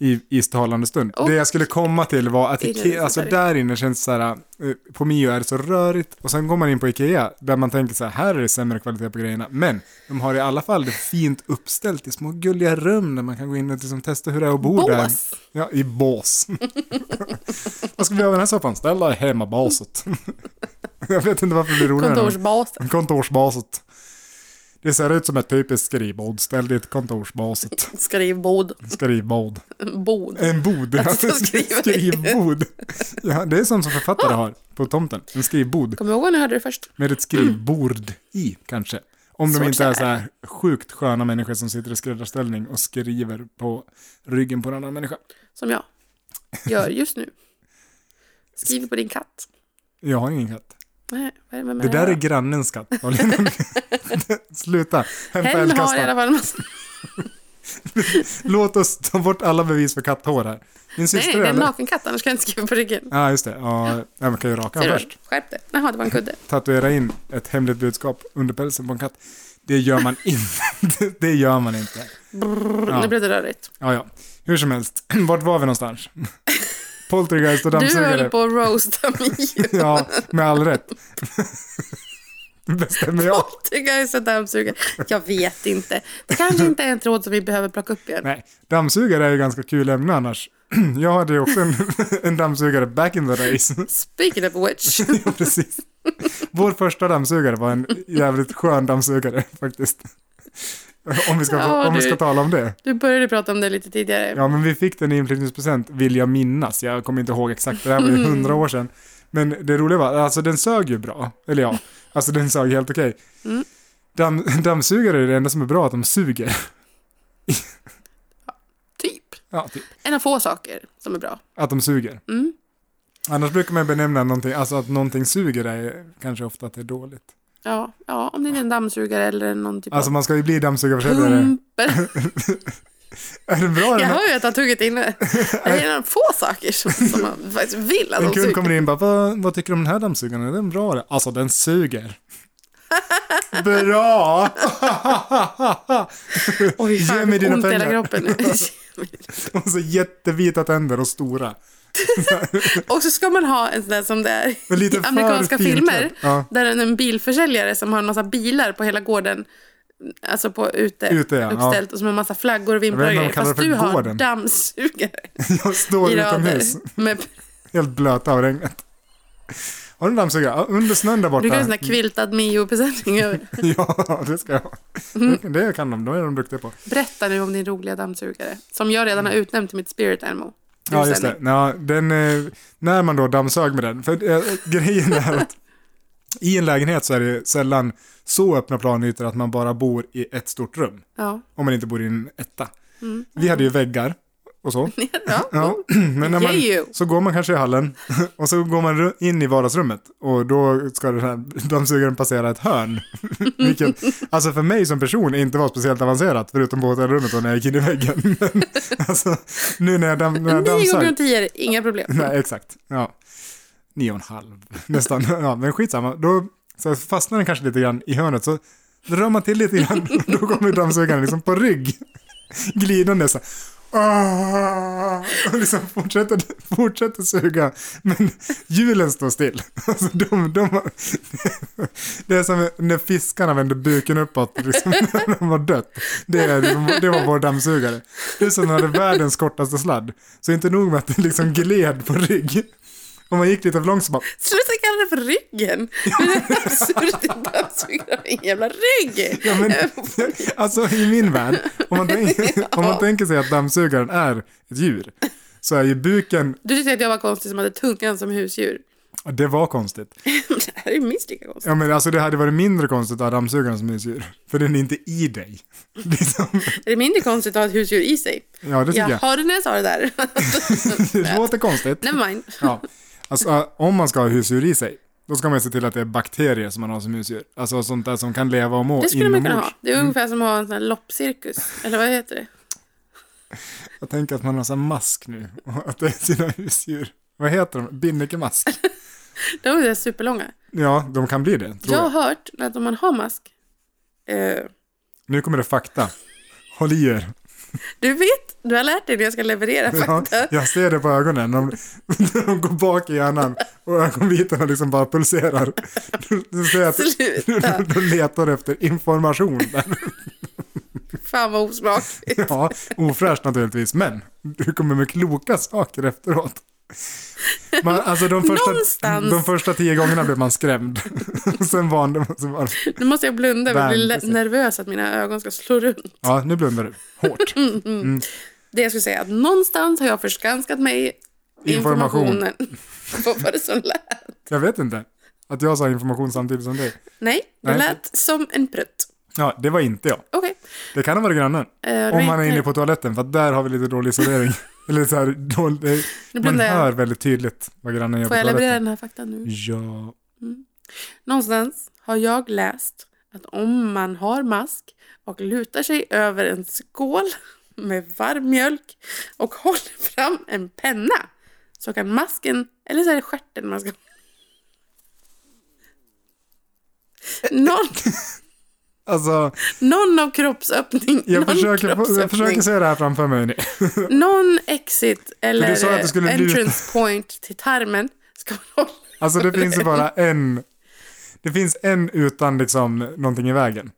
Speaker 1: i, i talande stund.
Speaker 2: Mm. Och-
Speaker 1: det jag skulle komma till var att
Speaker 2: Det är det vi
Speaker 1: Ikea,
Speaker 2: ska
Speaker 1: alltså
Speaker 2: ta upp.
Speaker 1: där inne känns det så här, eh, på Mio är det så rörigt och sen går man in på Ikea där man tänker så här, här är det sämre kvalitet på grejerna, men de har i alla fall det fint uppställt i små gulliga rum där man kan gå in och liksom testa hur det är att bo där.
Speaker 2: Bås.
Speaker 1: Ja, i bås. Vad ska vi göra i den här soffan? Ställ dig i hemmabaset. jag vet inte varför det blir roligare.
Speaker 2: Kontorsbasen.
Speaker 1: Kontorsbaset. Det ser ut som ett typiskt skrivbord. Ställ ditt kontorsbaset.
Speaker 2: Skrivbord.
Speaker 1: Skrivbord.
Speaker 2: Bod.
Speaker 1: En bod. ja.
Speaker 2: Alltså, skriv-
Speaker 1: skrivbord. Ja, det är sånt som författare har på tomten. En skrivbord.
Speaker 2: Kommer du ihåg när ni hörde det först?
Speaker 1: Med ett skrivbord i, kanske. Om de
Speaker 2: Så
Speaker 1: inte är
Speaker 2: klär.
Speaker 1: så här sjukt sköna människor som sitter i skräddarställning och skriver på ryggen på en annan människa.
Speaker 2: Som jag gör just nu. Skriver på din katt.
Speaker 1: Jag har ingen katt.
Speaker 2: Nej, vad är det med
Speaker 1: Det där
Speaker 2: då?
Speaker 1: är grannens katt. Malin. Sluta. Hämta
Speaker 2: Hen har i alla
Speaker 1: eldkastaren.
Speaker 2: fall en massa...
Speaker 1: Låt oss ta bort alla bevis för katthår här. Min
Speaker 2: Nej,
Speaker 1: syster
Speaker 2: det är en
Speaker 1: eller?
Speaker 2: nakenkatt, annars kan jag inte skriva på ryggen.
Speaker 1: Ja, just det. Ja, ja, man kan ju raka
Speaker 2: Ser
Speaker 1: den
Speaker 2: du?
Speaker 1: först.
Speaker 2: Skärp dig. Jaha, det var en kudde.
Speaker 1: Tatuera in ett hemligt budskap under pälsen på en katt. Det gör man inte. Det gör man inte.
Speaker 2: Brrr,
Speaker 1: Ja.
Speaker 2: Nu blev det rörigt.
Speaker 1: Ja, ja. Hur som helst. Vart var vi någonstans? Poltergeist och
Speaker 2: Du
Speaker 1: dammsugare.
Speaker 2: höll på att roasta mig.
Speaker 1: Ja, med all rätt. Det bestämmer jag.
Speaker 2: Tycker jag är så dammsugare. Jag vet inte. Det kanske inte är en tråd som vi behöver plocka upp igen.
Speaker 1: Nej, dammsugare är ju ganska kul ämne annars. Jag hade ju också en, en dammsugare back in the days.
Speaker 2: Speaking of which.
Speaker 1: Ja, precis. Vår första dammsugare var en jävligt skön dammsugare faktiskt. Om vi ska,
Speaker 2: Ja,
Speaker 1: om vi ska
Speaker 2: du.
Speaker 1: tala om det.
Speaker 2: Du började prata om det lite tidigare.
Speaker 1: Ja, men vi fick den i inflyttningspresent, vill jag minnas. Jag kommer inte ihåg exakt, det här var ju
Speaker 2: Mm.
Speaker 1: hundra år sedan. Men det roliga var, alltså den sög ju bra. Eller ja, alltså den sög helt okej.
Speaker 2: Mm.
Speaker 1: Damm, dammsugare är det enda som är bra, att de suger.
Speaker 2: Typ.
Speaker 1: Ja, typ.
Speaker 2: En av få saker som är bra.
Speaker 1: Att de suger.
Speaker 2: Mm.
Speaker 1: Annars brukar man benämna någonting, alltså att någonting suger är kanske ofta att det är dåligt.
Speaker 2: Ja, ja om det är en dammsugare eller någon typ
Speaker 1: Alltså
Speaker 2: av
Speaker 1: man ska ju bli
Speaker 2: Mm.
Speaker 1: dammsugarförsäljare.
Speaker 2: pumper.
Speaker 1: Är det bra
Speaker 2: Jag
Speaker 1: den här?
Speaker 2: hör ju att han tugget inne. Det är en av få saker som, som man faktiskt vill att
Speaker 1: En
Speaker 2: de
Speaker 1: kund
Speaker 2: suger.
Speaker 1: kommer in och bara, vad, vad tycker du om den här dammsugaren? Är den bra? eller?" Alltså den suger. bra!
Speaker 2: Oj,
Speaker 1: Ge
Speaker 2: fan,
Speaker 1: mig
Speaker 2: jag
Speaker 1: dina
Speaker 2: har ont i hela
Speaker 1: pengar.
Speaker 2: kroppen nu.
Speaker 1: och så jättevita tänder och stora.
Speaker 2: Och så ska man ha en sån där som det är
Speaker 1: Men lite
Speaker 2: i amerikanska
Speaker 1: för
Speaker 2: filmer.
Speaker 1: finklädd. Ja.
Speaker 2: Där en- en bilförsäljare som har en massa bilar på hela gården. Alltså på ute,
Speaker 1: Ute, ja,
Speaker 2: uppställt och som har en massa flaggor och
Speaker 1: vet
Speaker 2: vimplar och
Speaker 1: inte om de
Speaker 2: grejer.
Speaker 1: kallar
Speaker 2: Fast
Speaker 1: det för
Speaker 2: du har
Speaker 1: gården.
Speaker 2: dammsugare
Speaker 1: Jag står
Speaker 2: i rader.
Speaker 1: utomhus,
Speaker 2: Med,
Speaker 1: helt blöta av regnet. Har du en dammsugare? Ja, Under snön där borta.
Speaker 2: du kan ha en sån där kviltad mio-presenning.
Speaker 1: Ja, det ska jag ha.
Speaker 2: Mm.
Speaker 1: Det det kan de, de är de duktiga på.
Speaker 2: Berätta nu om din roliga dammsugare. Som jag redan har utnämnt till mitt spirit animal. Du
Speaker 1: Mm. Ja, just det.
Speaker 2: Sanny.
Speaker 1: Ja, den, eh, när man då dammsög med den, för eh, grejen är att i en lägenhet så är det sällan så öppna planytor att man bara bor i ett stort rum,
Speaker 2: Ja.
Speaker 1: om man inte bor i en etta. Vi hade ju väggar och så.
Speaker 2: ja.
Speaker 1: Ja, men när
Speaker 2: Yeah.
Speaker 1: man, så går man kanske i hallen och så går man ru- in i vardagsrummet och då ska den här dammsugaren passera ett hörn. Vilket, alltså för mig som person inte var speciellt avancerat förutom på hotellrummet och när jag gick in i väggen. Men, alltså, nu när jag, damm, när jag
Speaker 2: Nio gånger
Speaker 1: dammsög.
Speaker 2: tio, är inga problem.
Speaker 1: Nej, exakt. Ja. Nio och en halv nästan. Ja, men skitsamma. Då så fastnar den kanske lite grann i hörnet så drar man till lite grann och då kommer dammsugaren liksom på rygg. Glidande så här. Ah! Och liksom fortsätter, fortsätter suga. Men hjulen står still. Alltså de, de, det är som när fiskarna vänder buken uppåt liksom, när de har dött. Det, är, liksom- det var vår dammsugare. Det är som när den hade världens kortaste sladd. Så inte nog med att det liksom gled på rygg. Om man gick lite för långt så bara
Speaker 2: Sluta kalla det för ryggen! Det är absurt i dammsugare med en jävla rygg!
Speaker 1: Ja, men, alltså i min värld, om man, tänker, om man tänker sig att dammsugaren är ett djur, så är ju buken,
Speaker 2: Du tyckte att jag var konstig som hade tungan som husdjur.
Speaker 1: det var konstigt.
Speaker 2: Det här är ju minst lika konstigt.
Speaker 1: Ja men alltså det hade varit mindre konstigt att ha dammsugaren som husdjur, för den är inte i dig. Liksom,
Speaker 2: Är det mindre konstigt att ha ett husdjur i sig?
Speaker 1: ja det tycker
Speaker 2: Jag
Speaker 1: jag.
Speaker 2: hörde när jag sa det där.
Speaker 1: Det låter konstigt.
Speaker 2: Never mind.
Speaker 1: Ja. Alltså om man ska ha husdjur i sig, då ska man se till att det är bakterier som man har som husdjur. Alltså sånt där som kan leva och må
Speaker 2: Det skulle man kunna
Speaker 1: inombords. Mm.
Speaker 2: ha. Det är ungefär som att ha en sån här loppcirkus. Eller vad heter det?
Speaker 1: Jag tänker att man har sån mask nu, och att det är sina husdjur. Vad heter de? Binnikemask?
Speaker 2: De är ju superlånga.
Speaker 1: Ja, de kan bli det, tror
Speaker 2: Jag
Speaker 1: jag.
Speaker 2: har hört att om man har mask... Eh,
Speaker 1: Nu kommer det fakta. Håll i er.
Speaker 2: du vet, du har lärt dig när jag ska leverera
Speaker 1: Ja,
Speaker 2: fakta.
Speaker 1: jag ser det på ögonen. De, de går bak i hjärnan och ögonvitorna liksom bara pulserar. Du, du ser att
Speaker 2: Sluta.
Speaker 1: de letar efter information.
Speaker 2: Fan vad osmakligt.
Speaker 1: Ja, ofräscht naturligtvis, men du kommer med kloka saker efteråt. Man, alltså de första,
Speaker 2: Någonstans.
Speaker 1: de första tio gångerna blev man skrämd. Sen vande man sig bara.
Speaker 2: Nu måste jag blunda, för jag blir
Speaker 1: Värn,
Speaker 2: le-
Speaker 1: precis.
Speaker 2: nervös att mina ögon ska slå runt.
Speaker 1: Ja, nu blundar du. Hårt.
Speaker 2: Det jag skulle säga är att någonstans har jag förskanskat mig
Speaker 1: Information.
Speaker 2: informationen. Vad var det som lät?
Speaker 1: Jag vet inte. Att jag sa information samtidigt som dig.
Speaker 2: Nej, det
Speaker 1: Nej.
Speaker 2: lät som en prutt.
Speaker 1: Ja, det var inte jag.
Speaker 2: Okej.
Speaker 1: Det kan ha varit grannen.
Speaker 2: Eh,
Speaker 1: Om man är
Speaker 2: inte-
Speaker 1: inne på toaletten, för att där har vi lite dålig isolering. Eller så här, dålig,
Speaker 2: Nu
Speaker 1: man
Speaker 2: blundar jag.
Speaker 1: hör väldigt tydligt vad grannen gör på
Speaker 2: Får jag leverera
Speaker 1: toaletten.
Speaker 2: den här faktan nu?
Speaker 1: Ja,
Speaker 2: Någonstans har jag läst att om man har mask och lutar sig över en skål med varm mjölk och håller fram en penna så kan masken, eller så är det stjärten man ska... Någon,
Speaker 1: alltså
Speaker 2: någon av kroppsöppning.
Speaker 1: jag
Speaker 2: någon
Speaker 1: försöker, jag försöker
Speaker 2: kroppsöppning.
Speaker 1: se det här framför mig nu.
Speaker 2: Någon exit eller
Speaker 1: sa att du skulle luta-
Speaker 2: entrance point till tarmen ska man hålla.
Speaker 1: Alltså det finns ju bara en, det finns en utan liksom någonting i vägen.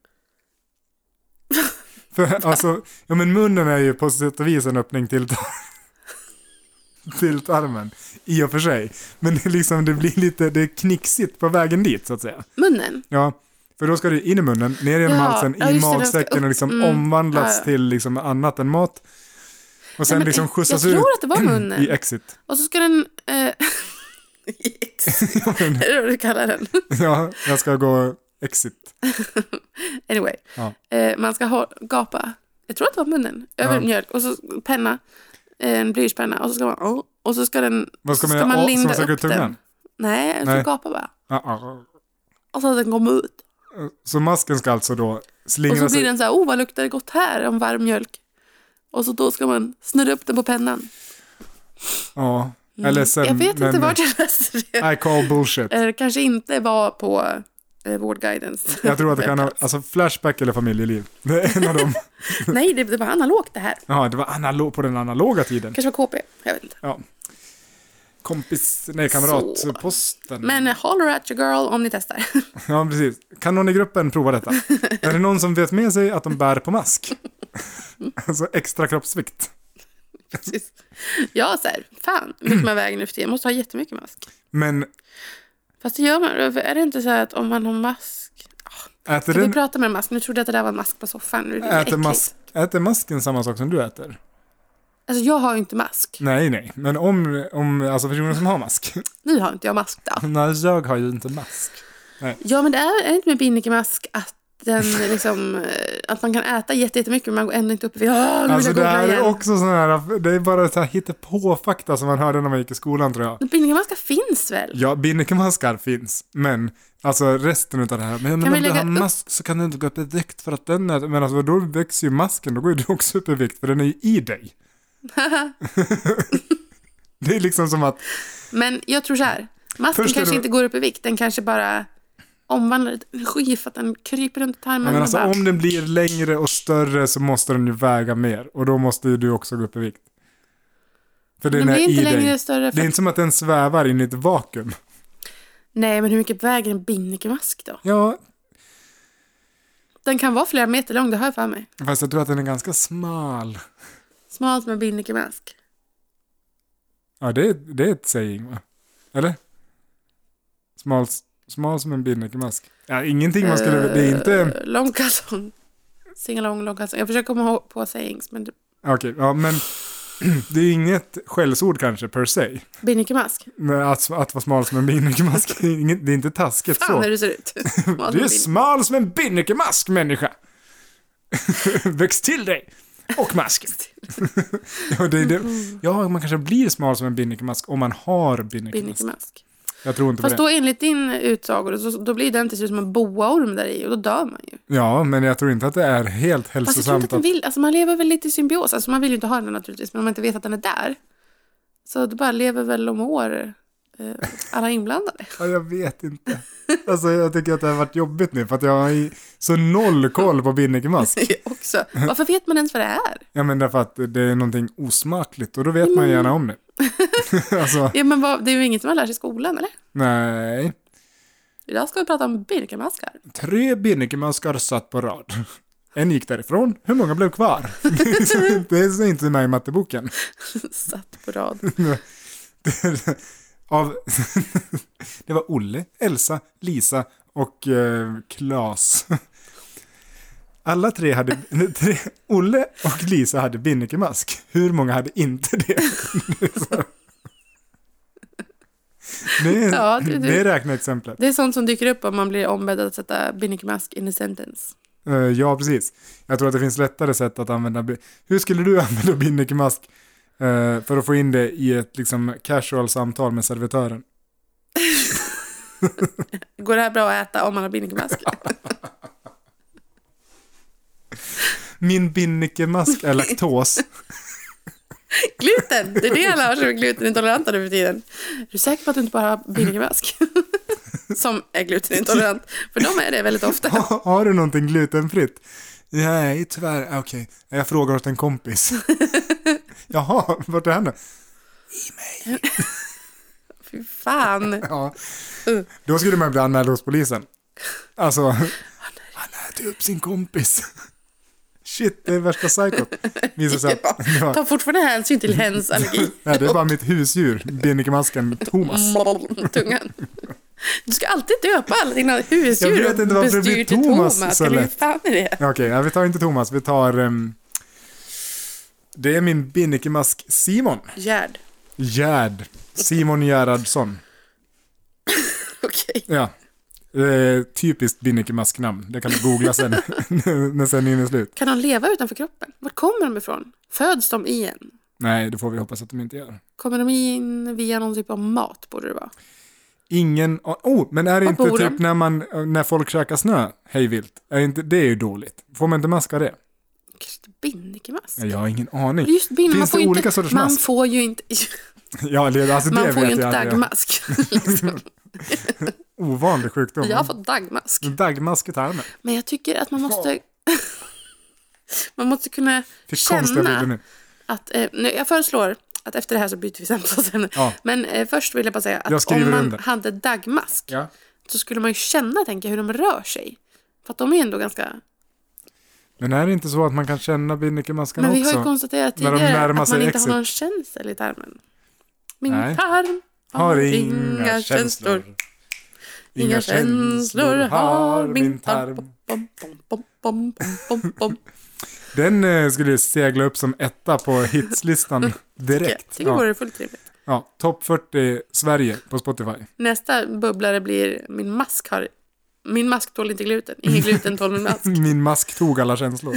Speaker 1: För alltså, ja men munnen är ju på sätt och vis en öppning till, tar- till tarmen. I och för sig. Men det, är liksom, det blir lite, det är knixigt på vägen dit så att säga.
Speaker 2: Munnen?
Speaker 1: Ja, för då ska du in i munnen, ner genom
Speaker 2: Ja,
Speaker 1: halsen,
Speaker 2: ja,
Speaker 1: i
Speaker 2: just det, den ska
Speaker 1: magsäcken och
Speaker 2: upp.
Speaker 1: liksom
Speaker 2: Mm,
Speaker 1: omvandlas
Speaker 2: ja, ja.
Speaker 1: till liksom annat än mat. Och sen
Speaker 2: men
Speaker 1: liksom
Speaker 2: jag-
Speaker 1: skjutsas
Speaker 2: jag
Speaker 1: ut
Speaker 2: tror att det var munnen.
Speaker 1: i exit.
Speaker 2: Och så ska den... Eh, exit, är det vad du kallar den?
Speaker 1: ja, jag ska gå exit.
Speaker 2: Anyway.
Speaker 1: Ja.
Speaker 2: Eh, man ska ha, gapa, jag tror att det var munnen, över
Speaker 1: Ja.
Speaker 2: mjölk och så penna, eh, en blyertspenna och så ska man... åh, och så ska den...
Speaker 1: Vad ska
Speaker 2: så
Speaker 1: man göra? Åh, ska man sträcka ut tungan?
Speaker 2: den. Nej, jag
Speaker 1: Nej.
Speaker 2: ska gapa bara.
Speaker 1: Ah, ah.
Speaker 2: Och så att den kommer ut.
Speaker 1: Så masken ska alltså då
Speaker 2: Och
Speaker 1: slingra
Speaker 2: så blir
Speaker 1: sig.
Speaker 2: den så här, oh vad luktar det gott här om varm mjölk. Och så då ska man snurra upp den på pennan.
Speaker 1: Ja, jag är ledsen.
Speaker 2: Mm. jag vet inte
Speaker 1: men-
Speaker 2: vart jag läste det.
Speaker 1: I call bullshit.
Speaker 2: Eh, kanske inte var på eh, Vårdguidens.
Speaker 1: Jag tror att det kan ha, alltså Flashback eller familjeliv. Det är en av dem.
Speaker 2: Nej, det, det var analogt det här.
Speaker 1: Ja, det var analog, på den analoga tiden.
Speaker 2: Kanske var KP, jag vet inte.
Speaker 1: Ja. Kompis, nej kamratposten.
Speaker 2: Men eh, holler at your girl om ni testar.
Speaker 1: Ja, precis. Kan någon i gruppen prova detta? är det någon som vet med sig att de bär på mask? alltså extra kroppsvikt.
Speaker 2: Precis. ja, så här, fan, mycket man väger nu för tiden. Måste ha jättemycket mask.
Speaker 1: Men
Speaker 2: Fast det gör man, eh, är det inte så här att om man har mask...
Speaker 1: äter,
Speaker 2: Ska vi
Speaker 1: den,
Speaker 2: prata med mask? Nu trodde jag att det där var en mask på soffan. Nu är det
Speaker 1: äter,
Speaker 2: äckligt.
Speaker 1: mas, äter masken samma sak som du äter?
Speaker 2: Alltså jag har ju inte mask.
Speaker 1: Nej, nej. Men om, om alltså personer som har mask.
Speaker 2: Nu har inte jag mask då.
Speaker 1: nej, jag har ju inte mask.
Speaker 2: Ja, men det är, är det inte med binnikemask att den liksom, eh, att man kan äta jätte- jättemycket men man går ändå inte upp i... Åh, nu
Speaker 1: Alltså
Speaker 2: vill
Speaker 1: det
Speaker 2: jag
Speaker 1: här
Speaker 2: googla
Speaker 1: är
Speaker 2: igen.
Speaker 1: också sådana här, det är bara så här hittepå-fakta som man hörde när man gick i skolan tror jag.
Speaker 2: Binnikemaska finns väl?
Speaker 1: Ja, binnikemaskar finns, men alltså resten av det här. Men, men
Speaker 2: vi
Speaker 1: om du
Speaker 2: lägga
Speaker 1: har
Speaker 2: upp-
Speaker 1: mask så kan du inte gå upp i vikt för att den är, men alltså då växer ju masken, då går ju du också upp i vikt för den är ju i dig. det är liksom som att,
Speaker 2: Men jag tror så här. Masken
Speaker 1: Först är
Speaker 2: kanske
Speaker 1: det-
Speaker 2: inte går upp i vikt. Den kanske bara omvandlar ett energi för att den kryper runt i tarmen.
Speaker 1: men
Speaker 2: och
Speaker 1: alltså
Speaker 2: bara,
Speaker 1: om den blir längre och större så måste den ju väga mer och då måste ju du också gå upp i vikt. För
Speaker 2: den
Speaker 1: den, är
Speaker 2: blir
Speaker 1: i
Speaker 2: inte
Speaker 1: dig.
Speaker 2: längre större.
Speaker 1: Det
Speaker 2: För...
Speaker 1: är inte som att den svävar in i ett vakuum.
Speaker 2: Nej, men hur mycket väger en binnikemask då?
Speaker 1: Ja,
Speaker 2: Den kan vara flera meter lång, det har jag för mig.
Speaker 1: fast jag tror att den är ganska smal.
Speaker 2: Smalt med binnikemask.
Speaker 1: Ja, det är, det är ett saying va? Eller? Smal, smal som en binnikemask. Ja, ingenting man skulle... det är inte...
Speaker 2: Eh, Lång kalsong. Singalong, lång kalsong. Jag försöker komma ihåg på sayings, men det-
Speaker 1: Okej, ja men... Det är inget skällsord kanske per se.
Speaker 2: binnikemask.
Speaker 1: Men Att, att vara smal som en binnikemask, det är inget- det är inte taskigt
Speaker 2: Fan
Speaker 1: så.
Speaker 2: hur det ser ut. Smalt
Speaker 1: Du är
Speaker 2: med bin-
Speaker 1: smal som en binnikemask människa! Väx till dig! Och masken. ja, det, är det, ja, man kanske blir smal som en binnikemask om man har binnikemask.
Speaker 2: binnikemask.
Speaker 1: Jag tror inte på
Speaker 2: Fast
Speaker 1: det.
Speaker 2: då enligt din utsago, så, då blir den till slut som en boaorm där i och då dör man ju.
Speaker 1: Ja, men jag tror inte att det är helt
Speaker 2: Fast jag tror inte
Speaker 1: hälsosamt
Speaker 2: att den vill, alltså man lever väl lite i symbios, alltså man vill ju inte ha den naturligtvis, men om man inte vet att den är där. Så du bara lever väl och mår eh, alla inblandade.
Speaker 1: Ja, jag vet inte. Alltså jag tycker att det har varit jobbigt nu för att jag har i- så noll koll på binnikemask.
Speaker 2: också. Varför vet man ens vad det är?
Speaker 1: Ja men därför att det är någonting osmakligt och då vet
Speaker 2: Mm.
Speaker 1: man gärna om det. alltså,
Speaker 2: Ja, men vad, det är ju inget man lär sig i skolan, eller?
Speaker 1: nej.
Speaker 2: Idag ska vi prata om birkamaskar.
Speaker 1: Tre binnikemaskar satt på rad. En gick därifrån, hur många blev kvar? det är så inte med i matteboken.
Speaker 2: Satt på rad.
Speaker 1: Av, det var Olle, Elsa, Lisa och eh, Klas. Alla tre hade, nej, tre, Olle och Lisa hade binnikemask. Hur många hade inte det? Det är,
Speaker 2: Ja,
Speaker 1: det,
Speaker 2: det- det-
Speaker 1: är räkneexemplet.
Speaker 2: Det är sånt som dyker upp om man blir ombedd att sätta binnikemask in a sentence.
Speaker 1: Eh, ja, precis. Jag tror att det finns lättare sätt att använda... bi- Hur skulle du använda binnikemask eh, för att få in det i ett liksom, casual samtal med servitören?
Speaker 2: Går det här bra att äta om man har binnikemask?
Speaker 1: Min binnikemask är laktos.
Speaker 2: gluten! Det är det alla har som är glutenintoleranta nu för tiden. Är du säker på att du inte bara har binnikemask? som är glutenintolerant. För de är det väldigt ofta.
Speaker 1: Ha- Har du någonting glutenfritt? Nej, tyvärr. Ah, Okej, jag frågar åt en kompis. Jaha, vart är han då?
Speaker 2: Fy fan.
Speaker 1: Ja. Då skulle man bli anmäld hos polisen. Alltså, han äter upp sin kompis. Shit, det är värsta psykot. Visar sig att, ja,
Speaker 2: Ta fortfarande hänsyn till hens allergi.
Speaker 1: nej, det är bara mitt husdjur, binnikemasken Thomas.
Speaker 2: Tungan. Du ska alltid döpa alla dina husdjur
Speaker 1: Jag vet inte varför det blir
Speaker 2: bestyr till
Speaker 1: Thomas så
Speaker 2: Eller hur
Speaker 1: lätt.
Speaker 2: fan är det?
Speaker 1: Ja, Okej, ja, vi tar inte Thomas, vi tar... ehm, det är min binnikemask Simon.
Speaker 2: Gerd.
Speaker 1: Gerd. Simon Gerhardsson.
Speaker 2: Okej.
Speaker 1: Ja. Eh, typiskt binnikemasknamn. Det kan du googla sen när sändningen är slut.
Speaker 2: Kan de leva utanför kroppen? Var kommer de ifrån? Föds de i en?
Speaker 1: Nej, det får vi hoppas att de inte gör.
Speaker 2: Kommer de in via någon typ av mat, borde det vara?
Speaker 1: Ingen a- Oh, men är det
Speaker 2: Var
Speaker 1: inte
Speaker 2: bor
Speaker 1: typ
Speaker 2: de?
Speaker 1: när, man, när folk käkar snö hej vilt? Är inte, det är ju dåligt. Får man inte maska det?
Speaker 2: Kanske inte Binnikemask?
Speaker 1: Jag har ingen aning.
Speaker 2: Just bin, man
Speaker 1: Finns
Speaker 2: får
Speaker 1: det
Speaker 2: ju
Speaker 1: olika
Speaker 2: inte,
Speaker 1: sorters
Speaker 2: Man
Speaker 1: mask?
Speaker 2: får ju inte,
Speaker 1: Ja, det, alltså det
Speaker 2: man får
Speaker 1: vet
Speaker 2: ju inte
Speaker 1: jag. att det är
Speaker 2: dagmask. liksom.
Speaker 1: Ovanlig sjukdom.
Speaker 2: Jag har fått dagmask.
Speaker 1: Mm. Dagmask i tarmen.
Speaker 2: Men jag tycker att man måste... man måste kunna
Speaker 1: Fick konstiga bilder
Speaker 2: känna
Speaker 1: nu.
Speaker 2: att... Eh, nu, jag föreslår att efter det här så byter vi samtalsämne.
Speaker 1: Ja.
Speaker 2: Men eh, först vill jag bara säga
Speaker 1: Jag
Speaker 2: att
Speaker 1: skriver
Speaker 2: om man
Speaker 1: under.
Speaker 2: hade dagmask
Speaker 1: Ja.
Speaker 2: så skulle man ju känna, tänker jag, hur de rör sig. För att de är ändå ganska...
Speaker 1: Men är det inte så att man kan känna binnikemaskar
Speaker 2: Men
Speaker 1: också?
Speaker 2: vi har ju konstaterat
Speaker 1: När de
Speaker 2: tidigare
Speaker 1: närmar
Speaker 2: att man
Speaker 1: sig
Speaker 2: inte
Speaker 1: exit.
Speaker 2: har någon känsel i tarmen. Min
Speaker 1: Nej.
Speaker 2: tarm
Speaker 1: Har inga känslor.
Speaker 2: Inga känslor har min tarm.
Speaker 1: Den eh, skulle segla upp som etta på hitslistan
Speaker 2: Jag
Speaker 1: direkt.
Speaker 2: tycker
Speaker 1: Ja,
Speaker 2: vore det fullt rimligt.
Speaker 1: ja, Topp 40 Sverige på Spotify.
Speaker 2: Nästa bubblare blir min mask har... Min mask tål inte gluten. Ingen gluten tål min mask.
Speaker 1: Min mask tog alla känslor.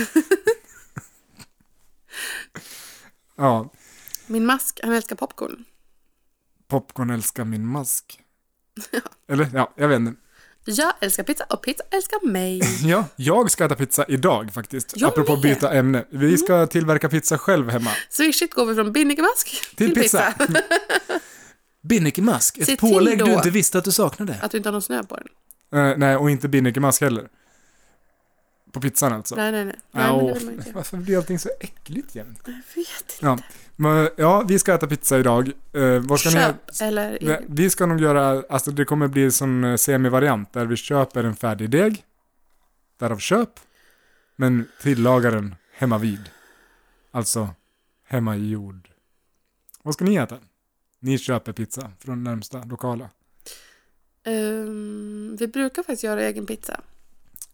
Speaker 1: ja,
Speaker 2: Min mask, han älskar popcorn.
Speaker 1: popcorn älskar min mask. Eller ja, jag vet inte.
Speaker 2: Jag älskar pizza och pizza älskar mig.
Speaker 1: Ja, jag ska äta pizza idag faktiskt.
Speaker 2: Jag
Speaker 1: apropå
Speaker 2: med.
Speaker 1: byta ämne. Vi ska tillverka pizza själv hemma.
Speaker 2: Swishigt går vi från binnikemask
Speaker 1: Till pizza. Binnikemask,
Speaker 2: Se till pålägg du då. inte
Speaker 1: visste att du saknade.
Speaker 2: Att du inte har någon snö på den.
Speaker 1: Eh, nej, och inte binnikemask heller. På pizzan alltså.
Speaker 2: Nej, nej, nej. nej
Speaker 1: Ja,
Speaker 2: men det
Speaker 1: åh.
Speaker 2: vill man inte göra.
Speaker 1: Varför blir allting så äckligt jämt?
Speaker 2: Jag vet
Speaker 1: Ja. Men, ja, vi ska äta pizza idag. Eh, vad ska
Speaker 2: inte.
Speaker 1: ni göra?
Speaker 2: Köp eller
Speaker 1: Nej,
Speaker 2: ingen.
Speaker 1: Vi ska nog göra, alltså det kommer bli som eh, semivariant där vi köper en färdig deg, därav köp, men tillagar den hemma vid. Alltså hemma i jord. Vad ska ni äta? Ni köper pizza från närmsta lokala.
Speaker 2: Ehm, vi brukar faktiskt göra egen pizza.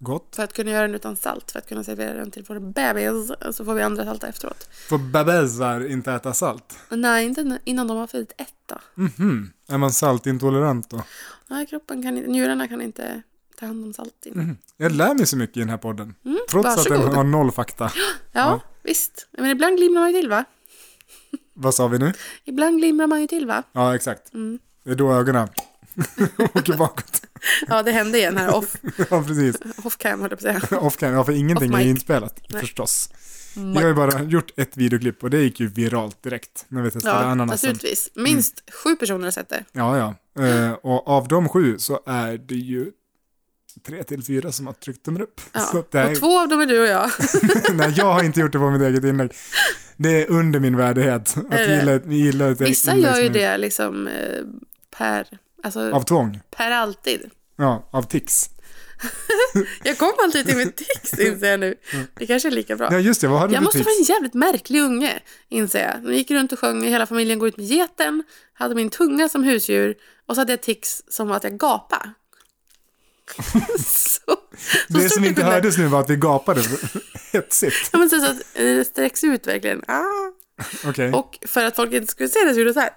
Speaker 1: Gott.
Speaker 2: För att kunna göra den utan salt, för att kunna servera den till vår bebis, så får vi andra salta efteråt.
Speaker 1: Får bebisar inte äta salt?
Speaker 2: Nej, inte innan de har fyllt ett då.
Speaker 1: Mhm. Är man saltintolerant då?
Speaker 2: Nej, kroppen kan inte, njurarna kan inte ta hand om salt innan.
Speaker 1: Jag lär mig så mycket i den här podden. Trots att den
Speaker 2: varsågod.
Speaker 1: har noll fakta.
Speaker 2: Ja, visst. Men ibland glimrar man ju till va?
Speaker 1: Vad sa vi nu?
Speaker 2: Ibland glimrar man ju till va?
Speaker 1: Ja, exakt. Det är då ögonen åker bakåt.
Speaker 2: Ja, det hände igen här off,
Speaker 1: ja, precis.
Speaker 2: off cam höll jag på att säga.
Speaker 1: Off cam, ja för ingenting
Speaker 2: Off
Speaker 1: är
Speaker 2: mic. Mm.
Speaker 1: inspelat förstås. Jag har ju bara gjort ett videoklipp och det gick ju viralt direkt när vi testade
Speaker 2: Ja,
Speaker 1: ananasen.
Speaker 2: naturligtvis. Minst sju personer har sett det.
Speaker 1: Ja, ja. Eh, och av de sju så är det ju tre till fyra som har tryckt tummen upp. Så
Speaker 2: Ja.
Speaker 1: att det är,
Speaker 2: Och två av dem är du och jag.
Speaker 1: nej, jag har inte gjort det på mitt eget inlägg. Det är under min värdighet att
Speaker 2: Är det?
Speaker 1: gilla, ett- gilla ett eget
Speaker 2: Eh, Vissa
Speaker 1: inlägg
Speaker 2: gör
Speaker 1: som
Speaker 2: ju
Speaker 1: är-
Speaker 2: det liksom eh, per, alltså,
Speaker 1: Av tvång.
Speaker 2: per alltid.
Speaker 1: Ja, av tics.
Speaker 2: Jag kom alltid till min text inser jag nu. Det kanske är lika bra.
Speaker 1: Ja, just det. Vad hade
Speaker 2: Jag
Speaker 1: du
Speaker 2: måste vara
Speaker 1: tips?
Speaker 2: en jävligt märklig unge, inser jag. De gick runt och sjöng Hela familjen går ut med geten, hade min tunga som husdjur och så hade jag tics som att jag gapade. så, så
Speaker 1: Det som
Speaker 2: stort
Speaker 1: inte
Speaker 2: kunde-
Speaker 1: hördes nu var att vi gapade hetsigt.
Speaker 2: Ja, men så, så att eh, det sträcks ut verkligen. Ah.
Speaker 1: Okej.
Speaker 2: Och för att folk inte skulle se det så gjorde jag så här.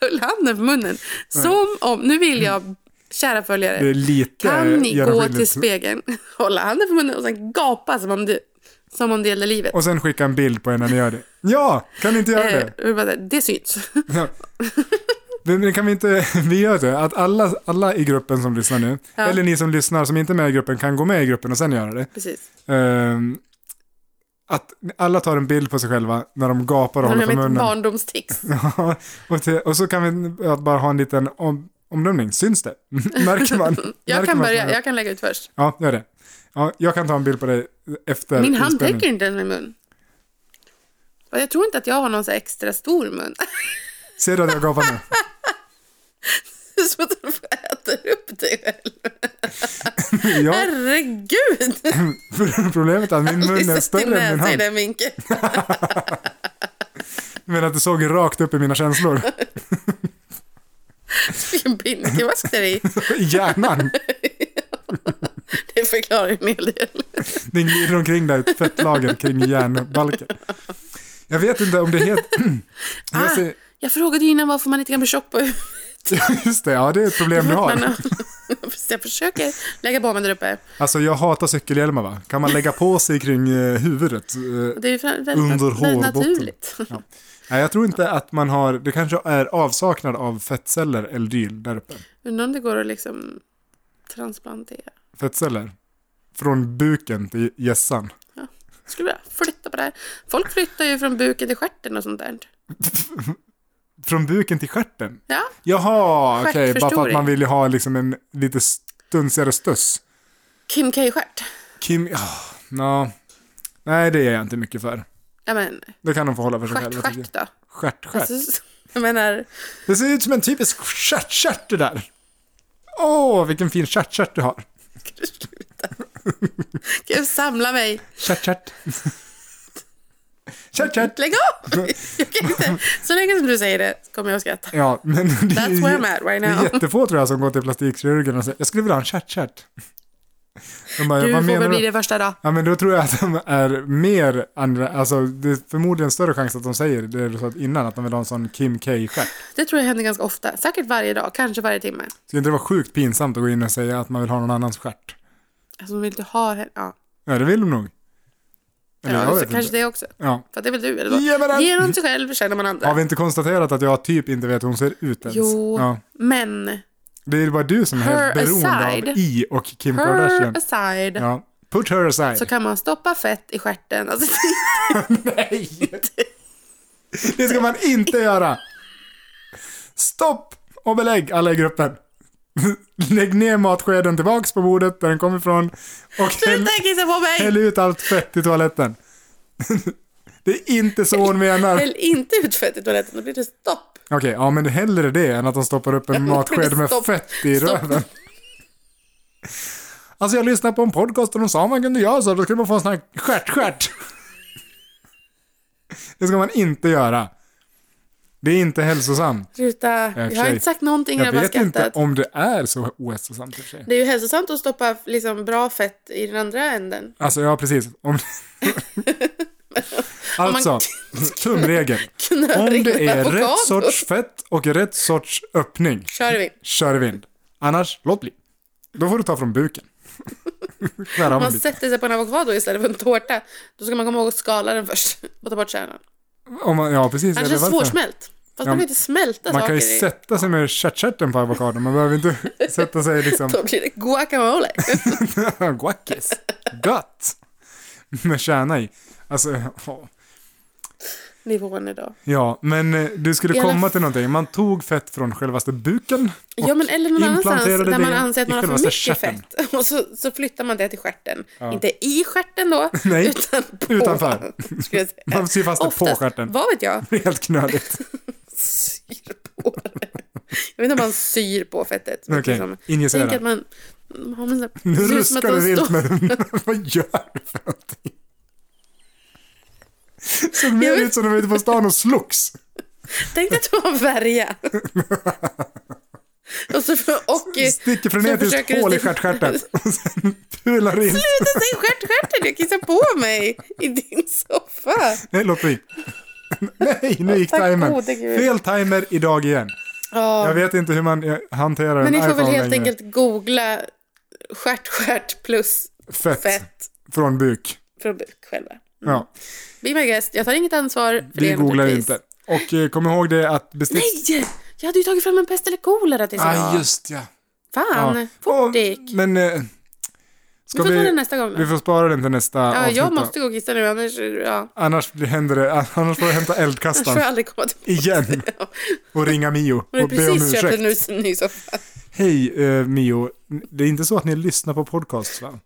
Speaker 2: Höll handen på munnen. Som om, nu vill jag, kära följare.
Speaker 1: Det är lite
Speaker 2: Kan ni
Speaker 1: eh, göra
Speaker 2: gå
Speaker 1: skillnad.
Speaker 2: till spegeln, hålla handen för munnen och sen gapa som om det, som om det gällde livet?
Speaker 1: Och sen skicka en bild på er när ni gör det. Ja, kan ni inte göra
Speaker 2: Eh,
Speaker 1: det?
Speaker 2: och bara, det syns.
Speaker 1: Ja. Men men kan vi inte, vi gör det, att alla, alla i gruppen som lyssnar nu, eller ni som lyssnar som inte är med i gruppen kan gå med i gruppen och sen göra det.
Speaker 2: Precis.
Speaker 1: Ehm, att alla tar en bild på sig själva när de gapar och
Speaker 2: Har
Speaker 1: håller
Speaker 2: ni
Speaker 1: för
Speaker 2: mitt
Speaker 1: munnen.
Speaker 2: barndomstics?
Speaker 1: Ja, och, till, och så kan vi ja, bara ha en liten om, omdömning, syns det? Märker man?
Speaker 2: Jag
Speaker 1: Märker
Speaker 2: kan
Speaker 1: man?
Speaker 2: börja, jag kan lägga ut först.
Speaker 1: Ja, gör det. Ja, jag kan ta en bild på dig efter
Speaker 2: Min hand
Speaker 1: inspelningen.
Speaker 2: täcker inte ens min mun. Och jag tror inte att jag har någon så här extra stor mun.
Speaker 1: Ser du att jag gapar nu?
Speaker 2: Det är som att du äter upp dig själv.
Speaker 1: Ja,
Speaker 2: Herregud!
Speaker 1: problemet är att min mun är
Speaker 2: Lisa, din
Speaker 1: större än min
Speaker 2: näsa i
Speaker 1: hand.
Speaker 2: den vinkeln.
Speaker 1: Men att du såg rakt upp i mina känslor.
Speaker 2: Vilken bindevask det är i.
Speaker 1: I hjärnan.
Speaker 2: Det förklarar en hel del.
Speaker 1: Den glider omkring där, ett fettlager kring hjärnbalken. Jag vet inte om det heter... Jag
Speaker 2: Ah.
Speaker 1: ser...
Speaker 2: Jag frågade ju innan varför man inte kan bli tjock på huvudet.
Speaker 1: Just det, ja det är ett problem du har.
Speaker 2: Men, precis, jag försöker lägga på mig där uppe.
Speaker 1: Alltså jag hatar cykelhjälmar va? Kan man lägga på sig kring eh, huvudet? Eh,
Speaker 2: Och Det är ju fra- väldigt,
Speaker 1: Under
Speaker 2: väldigt
Speaker 1: hårbotten.
Speaker 2: naturligt.
Speaker 1: Ja. Nej, jag tror inte att man har, det kanske är avsaknad av fettceller eller dyl där uppe.
Speaker 2: Undrar om det går att liksom transplantera.
Speaker 1: Fettceller. Från buken till gässan.
Speaker 2: Skulle vilja flytta på det här. Folk flyttar ju från buken till stjärten och sånt där.
Speaker 1: Från buken till stjärten?
Speaker 2: Ja,
Speaker 1: Jaha, okej, bara för att
Speaker 2: Stjärtförstoring.
Speaker 1: man vill ju ha liksom en lite stunsigare stuss.
Speaker 2: Kim K-stjärt.
Speaker 1: Kim, ja, nå. nej det är jag inte mycket för.
Speaker 2: Ja men,
Speaker 1: Det kan de få hålla för sig själva. tycker jag.
Speaker 2: stjärtstjärt då.
Speaker 1: Stjärt, stjärt.
Speaker 2: Alltså, jag menar,
Speaker 1: Det ser ut som en typisk stjärtstjärt det där. Åh, vilken fin stjärtstjärt du har.
Speaker 2: ska du sluta? Ska jag samla mig?
Speaker 1: Stjärtstjärt. Stjärtstjärt.
Speaker 2: Lägg av! Jag kan inte. Så länge som du säger det kommer jag att skratta.
Speaker 1: Ja, men det är,
Speaker 2: That's
Speaker 1: ju-
Speaker 2: where I'm at right
Speaker 1: det är
Speaker 2: now.
Speaker 1: jättefå tror jag som går till plastikkirurgen och säger jag skulle vilja ha en stjärtstjärt. De bara,
Speaker 2: Du
Speaker 1: "Vad
Speaker 2: får
Speaker 1: menar
Speaker 2: väl bli det första då.
Speaker 1: Ja men då tror jag att de är mer andra, alltså det är förmodligen större chans att de säger det du sa innan, att de vill ha en sån Kim K-stjärt.
Speaker 2: Det tror jag händer ganska ofta. Säkert varje dag, kanske varje timme.
Speaker 1: Skulle inte det vara sjukt pinsamt att gå in och säga att man vill ha någon annans stjärt?
Speaker 2: Alltså de vill inte ha henne. Ja,
Speaker 1: Ja det vill de nog.
Speaker 2: ja
Speaker 1: Eller jag
Speaker 2: så
Speaker 1: vet
Speaker 2: kanske
Speaker 1: inte.
Speaker 2: det också.
Speaker 1: Ja.
Speaker 2: För att det är väl du eller vad?
Speaker 1: Ja, men-
Speaker 2: Genom sig själv känner man andra.
Speaker 1: Har vi inte konstaterat att jag typ inte vet hur hon ser ut ens?
Speaker 2: Jo,
Speaker 1: Ja.
Speaker 2: men
Speaker 1: Det är bara du som är
Speaker 2: Her
Speaker 1: helt beroende
Speaker 2: aside.
Speaker 1: av I och Kim
Speaker 2: her
Speaker 1: Kardashian.
Speaker 2: aside
Speaker 1: Ja. Put her aside.
Speaker 2: så kan man stoppa fett i stjärten. Alltså,
Speaker 1: Nej! Det ska man inte göra! Stopp och belägg alla i gruppen. Lägg ner matskeden tillbaks på bordet där den kommer ifrån och häll,
Speaker 2: sluta kissa på mig!
Speaker 1: häll ut allt fett i toaletten. Det är inte så hon menar. Okej,
Speaker 2: Häll inte ut fett i toaletten, då blir det stopp.
Speaker 1: ja men hellre det än att de stoppar upp en matsked med
Speaker 2: Stopp.
Speaker 1: fett i
Speaker 2: Stopp.
Speaker 1: röven. Alltså jag lyssnade på en podcast och de sa "Oh man kunde göra så, då skulle man få en sån här stjärt-stjärt. Det ska man inte göra. Det är inte hälsosamt.
Speaker 2: Sluta.
Speaker 1: för
Speaker 2: Jag har
Speaker 1: sig.
Speaker 2: inte sagt någonting, jag har
Speaker 1: Jag
Speaker 2: bara
Speaker 1: vet inte
Speaker 2: skrattat.
Speaker 1: om det är så ohälsosamt i och för sig.
Speaker 2: Det är ju hälsosamt att stoppa liksom, bra fett i den andra änden.
Speaker 1: Alltså ja, precis. Om... alltså, tumregel. Om
Speaker 2: Knöring
Speaker 1: det
Speaker 2: med
Speaker 1: är
Speaker 2: avokado.
Speaker 1: rätt sorts fett och rätt sorts öppning,
Speaker 2: Kör vi.
Speaker 1: kör i vind. Annars, låt bli. Då får du ta från buken. Skära av
Speaker 2: Om
Speaker 1: den
Speaker 2: man
Speaker 1: lite.
Speaker 2: sätter sig på en avokado istället för en tårta, då ska man komma ihåg att skala den först och ta bort kärnan.
Speaker 1: Om man, ja, precis.
Speaker 2: Annars är
Speaker 1: eller
Speaker 2: det
Speaker 1: varför?
Speaker 2: svårsmält. Fast man vill inte smälta
Speaker 1: Man
Speaker 2: saker
Speaker 1: kan ju
Speaker 2: i.
Speaker 1: sätta sig med stjärtstjärten på avokadon. Man behöver inte sätta sig liksom
Speaker 2: Då blir det guacamole.
Speaker 1: guackis. Gött! Med kärna i. Alltså, ja.
Speaker 2: Nivån idag.
Speaker 1: ja, men eh, du skulle
Speaker 2: I alla
Speaker 1: komma till någonting. Man tog fett från självaste buken.
Speaker 2: Ja men eller någon annanstans
Speaker 1: implanterade
Speaker 2: där man
Speaker 1: det
Speaker 2: anser att
Speaker 1: i
Speaker 2: man har för
Speaker 1: självaste
Speaker 2: mycket
Speaker 1: stjärten.
Speaker 2: fett. Och så, så flyttar man det till stjärten. Inte i stjärten då,
Speaker 1: Nej,
Speaker 2: utan på.
Speaker 1: utanför.
Speaker 2: Skulle jag säga.
Speaker 1: Man syr fast det på
Speaker 2: Oftast,
Speaker 1: stjärten.
Speaker 2: Vad vet jag?
Speaker 1: Det är Helt knöligt.
Speaker 2: Syr på det. Jag vet inte om man syr på fettet. men
Speaker 1: Okej,
Speaker 2: liksom,
Speaker 1: injicerar.
Speaker 2: Tänk att man Har man så här-
Speaker 1: Nu
Speaker 2: ser ut som att
Speaker 1: ruskar du
Speaker 2: de
Speaker 1: vilt
Speaker 2: står-
Speaker 1: med hunden. Vad gör du för någonting? Såg mer
Speaker 2: vet-
Speaker 1: ut som de var ute på stan och slogs.
Speaker 2: Tänk dig att du har en värja. och så för, och...
Speaker 1: Sticker från
Speaker 2: så
Speaker 1: ner till
Speaker 2: försöker
Speaker 1: ett
Speaker 2: du
Speaker 1: hål i
Speaker 2: sticka-
Speaker 1: stjärtstjärten. Och sen pular in.
Speaker 2: Sluta säga stjärtstjärten, jag kissar på mig i din soffa.
Speaker 1: Nej, låt bli. Nej, nu gick
Speaker 2: Tack
Speaker 1: timern.
Speaker 2: gode gud.
Speaker 1: Fel timer idag igen. Jag
Speaker 2: Ja.
Speaker 1: vet inte hur man eh, hanterar
Speaker 2: Men
Speaker 1: en
Speaker 2: ni får
Speaker 1: iPhone
Speaker 2: väl helt
Speaker 1: längre.
Speaker 2: enkelt googla stjärtstjärt plus
Speaker 1: Fett.
Speaker 2: fett
Speaker 1: Från buk.
Speaker 2: från buk själva.
Speaker 1: Ja,
Speaker 2: Be my guest, jag tar inget ansvar för
Speaker 1: vi
Speaker 2: det
Speaker 1: googlar
Speaker 2: naturligtvis.
Speaker 1: inte. Och eh, kom ihåg det att bestick...
Speaker 2: Nej! Jag hade ju tagit fram en pest eller kolera till idag.
Speaker 1: ah, just ja.
Speaker 2: Fan,
Speaker 1: Ja.
Speaker 2: fort
Speaker 1: Och-
Speaker 2: det gick.
Speaker 1: Men eh,
Speaker 2: Vi
Speaker 1: ska
Speaker 2: får ta
Speaker 1: vi,
Speaker 2: den nästa gång då.
Speaker 1: vi får spara den till nästa
Speaker 2: Ja,
Speaker 1: avsnitt.
Speaker 2: jag
Speaker 1: då.
Speaker 2: måste gå och kissa nu, annars, ja,
Speaker 1: Annars blir- händer det, annars får du hämta
Speaker 2: annars får jag
Speaker 1: eldkastaren
Speaker 2: aldrig komma tillbaka.
Speaker 1: igen
Speaker 2: Ja.
Speaker 1: och ringa Mio
Speaker 2: Har du
Speaker 1: och be om
Speaker 2: precis köpt
Speaker 1: ursäkt.
Speaker 2: en ny- ny soffa?
Speaker 1: Hej eh, Mio, det är inte så att ni lyssnar på podcasts va?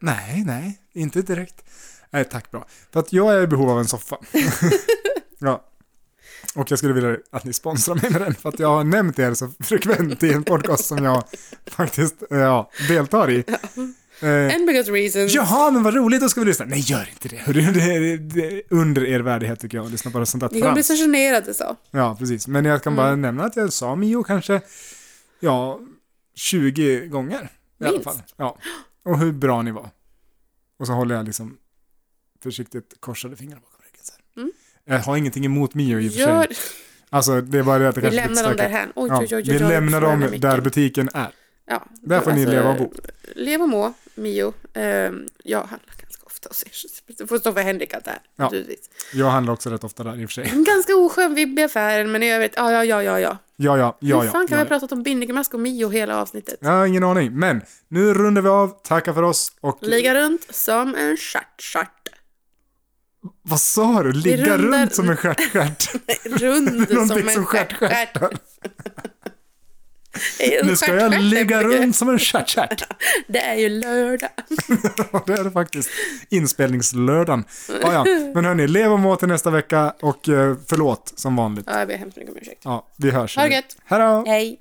Speaker 1: nej, nej, inte direkt. Nej, tack bra. För att jag är i behov av en soffa. ja. Och jag skulle vilja att ni sponsrar mig med den, för att jag har nämnt er så frekvent i en podcast som jag faktiskt eh, ja, deltar i. Eh,
Speaker 2: And because reasons.
Speaker 1: Jaha, men vad roligt, då ska vi lyssna. Nej, gör inte det. Hörru, Det är, det är under er värdighet tycker jag, att lyssna på sånt där
Speaker 2: Ni kommer bli
Speaker 1: trams.
Speaker 2: så Mm. generade så.
Speaker 1: Ja, precis. Men jag kan bara nämna att jag sa Mio kanske, ja, 20 gånger i alla
Speaker 2: Minst.
Speaker 1: fall. Ja. Och hur bra ni var. Och så håller jag liksom försiktigt korsade fingrar bakom ryggen. Så här.
Speaker 2: Mm.
Speaker 1: Jag har ingenting emot Mio i och för sig.
Speaker 2: Gör,
Speaker 1: Alltså, det är bara det att det
Speaker 2: vi
Speaker 1: kanske är
Speaker 2: lämnar
Speaker 1: lite
Speaker 2: dem där
Speaker 1: stökigt.
Speaker 2: här. Oj,
Speaker 1: Ja,
Speaker 2: oj, oj, oj,
Speaker 1: vi
Speaker 2: oj,
Speaker 1: lämnar
Speaker 2: förlåt,
Speaker 1: dem
Speaker 2: mycket.
Speaker 1: där butiken är.
Speaker 2: Ja, Alltså,
Speaker 1: Där får ni leva och bo.
Speaker 2: Leva och må, Mio. Ehm, jag handlar ganska ofta hos er. Det får stå för Henrik allt det här,
Speaker 1: Ja.
Speaker 2: naturligtvis.
Speaker 1: Jag handlar också rätt ofta där i och för sig.
Speaker 2: En ganska oskön vibb i affären, men i övrigt, ja, ja, ja, ja, ja.
Speaker 1: Ja, ja, ja, ja.
Speaker 2: Hur fan kan
Speaker 1: ja,
Speaker 2: vi
Speaker 1: ja.
Speaker 2: ha pratat om binnikemask och Mio hela avsnittet?
Speaker 1: Jag har ingen aning, men nu rundar vi av, tackar för oss och...
Speaker 2: Ligga runt som en stjärtstjärt.
Speaker 1: vad sa du? Ligga
Speaker 2: rundar-
Speaker 1: runt som en stjärtstjärt?
Speaker 2: Rund som
Speaker 1: Någonting
Speaker 2: en
Speaker 1: som
Speaker 2: stjärtstjärt.
Speaker 1: stjärtstjärtar.
Speaker 2: Det är en
Speaker 1: Nu ska jag
Speaker 2: stjärtstjärt,
Speaker 1: ligga
Speaker 2: Henrik.
Speaker 1: runt som en stjärtstjärt.
Speaker 2: Det är ju lördag.
Speaker 1: Ja, det är det faktiskt. Inspelningslördagen. Ja, ja. Men hörni, lev och må till nästa vecka och eh, förlåt som vanligt.
Speaker 2: Ja, jag ber hemskt mycket om ursäkt.
Speaker 1: Ja, vi hörs.
Speaker 2: Ha det gött.
Speaker 1: Hej då!
Speaker 2: Hej.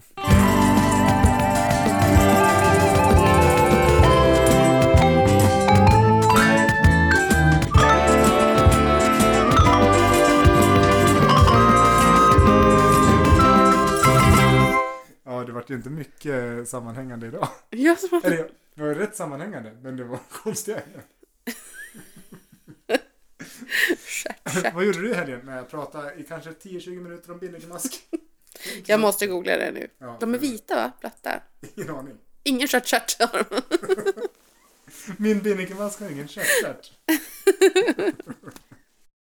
Speaker 1: Ja, det vart ju inte mycket eh, sammanhängande idag.
Speaker 2: Jag som
Speaker 1: Eller ja, det var ju rätt sammanhängande, men det var konstiga grejer. Vad gjorde du i helgen? Nej, jag pratade i kanske 10-20 minuter om binnikemask.
Speaker 2: Jag måste googla det nu.
Speaker 1: Ja,
Speaker 2: De är vita va? Platta.
Speaker 1: Ingen aning.
Speaker 2: Ingen stjärtstjärt har de.
Speaker 1: Min binnikemask har ingen stjärtstjärt.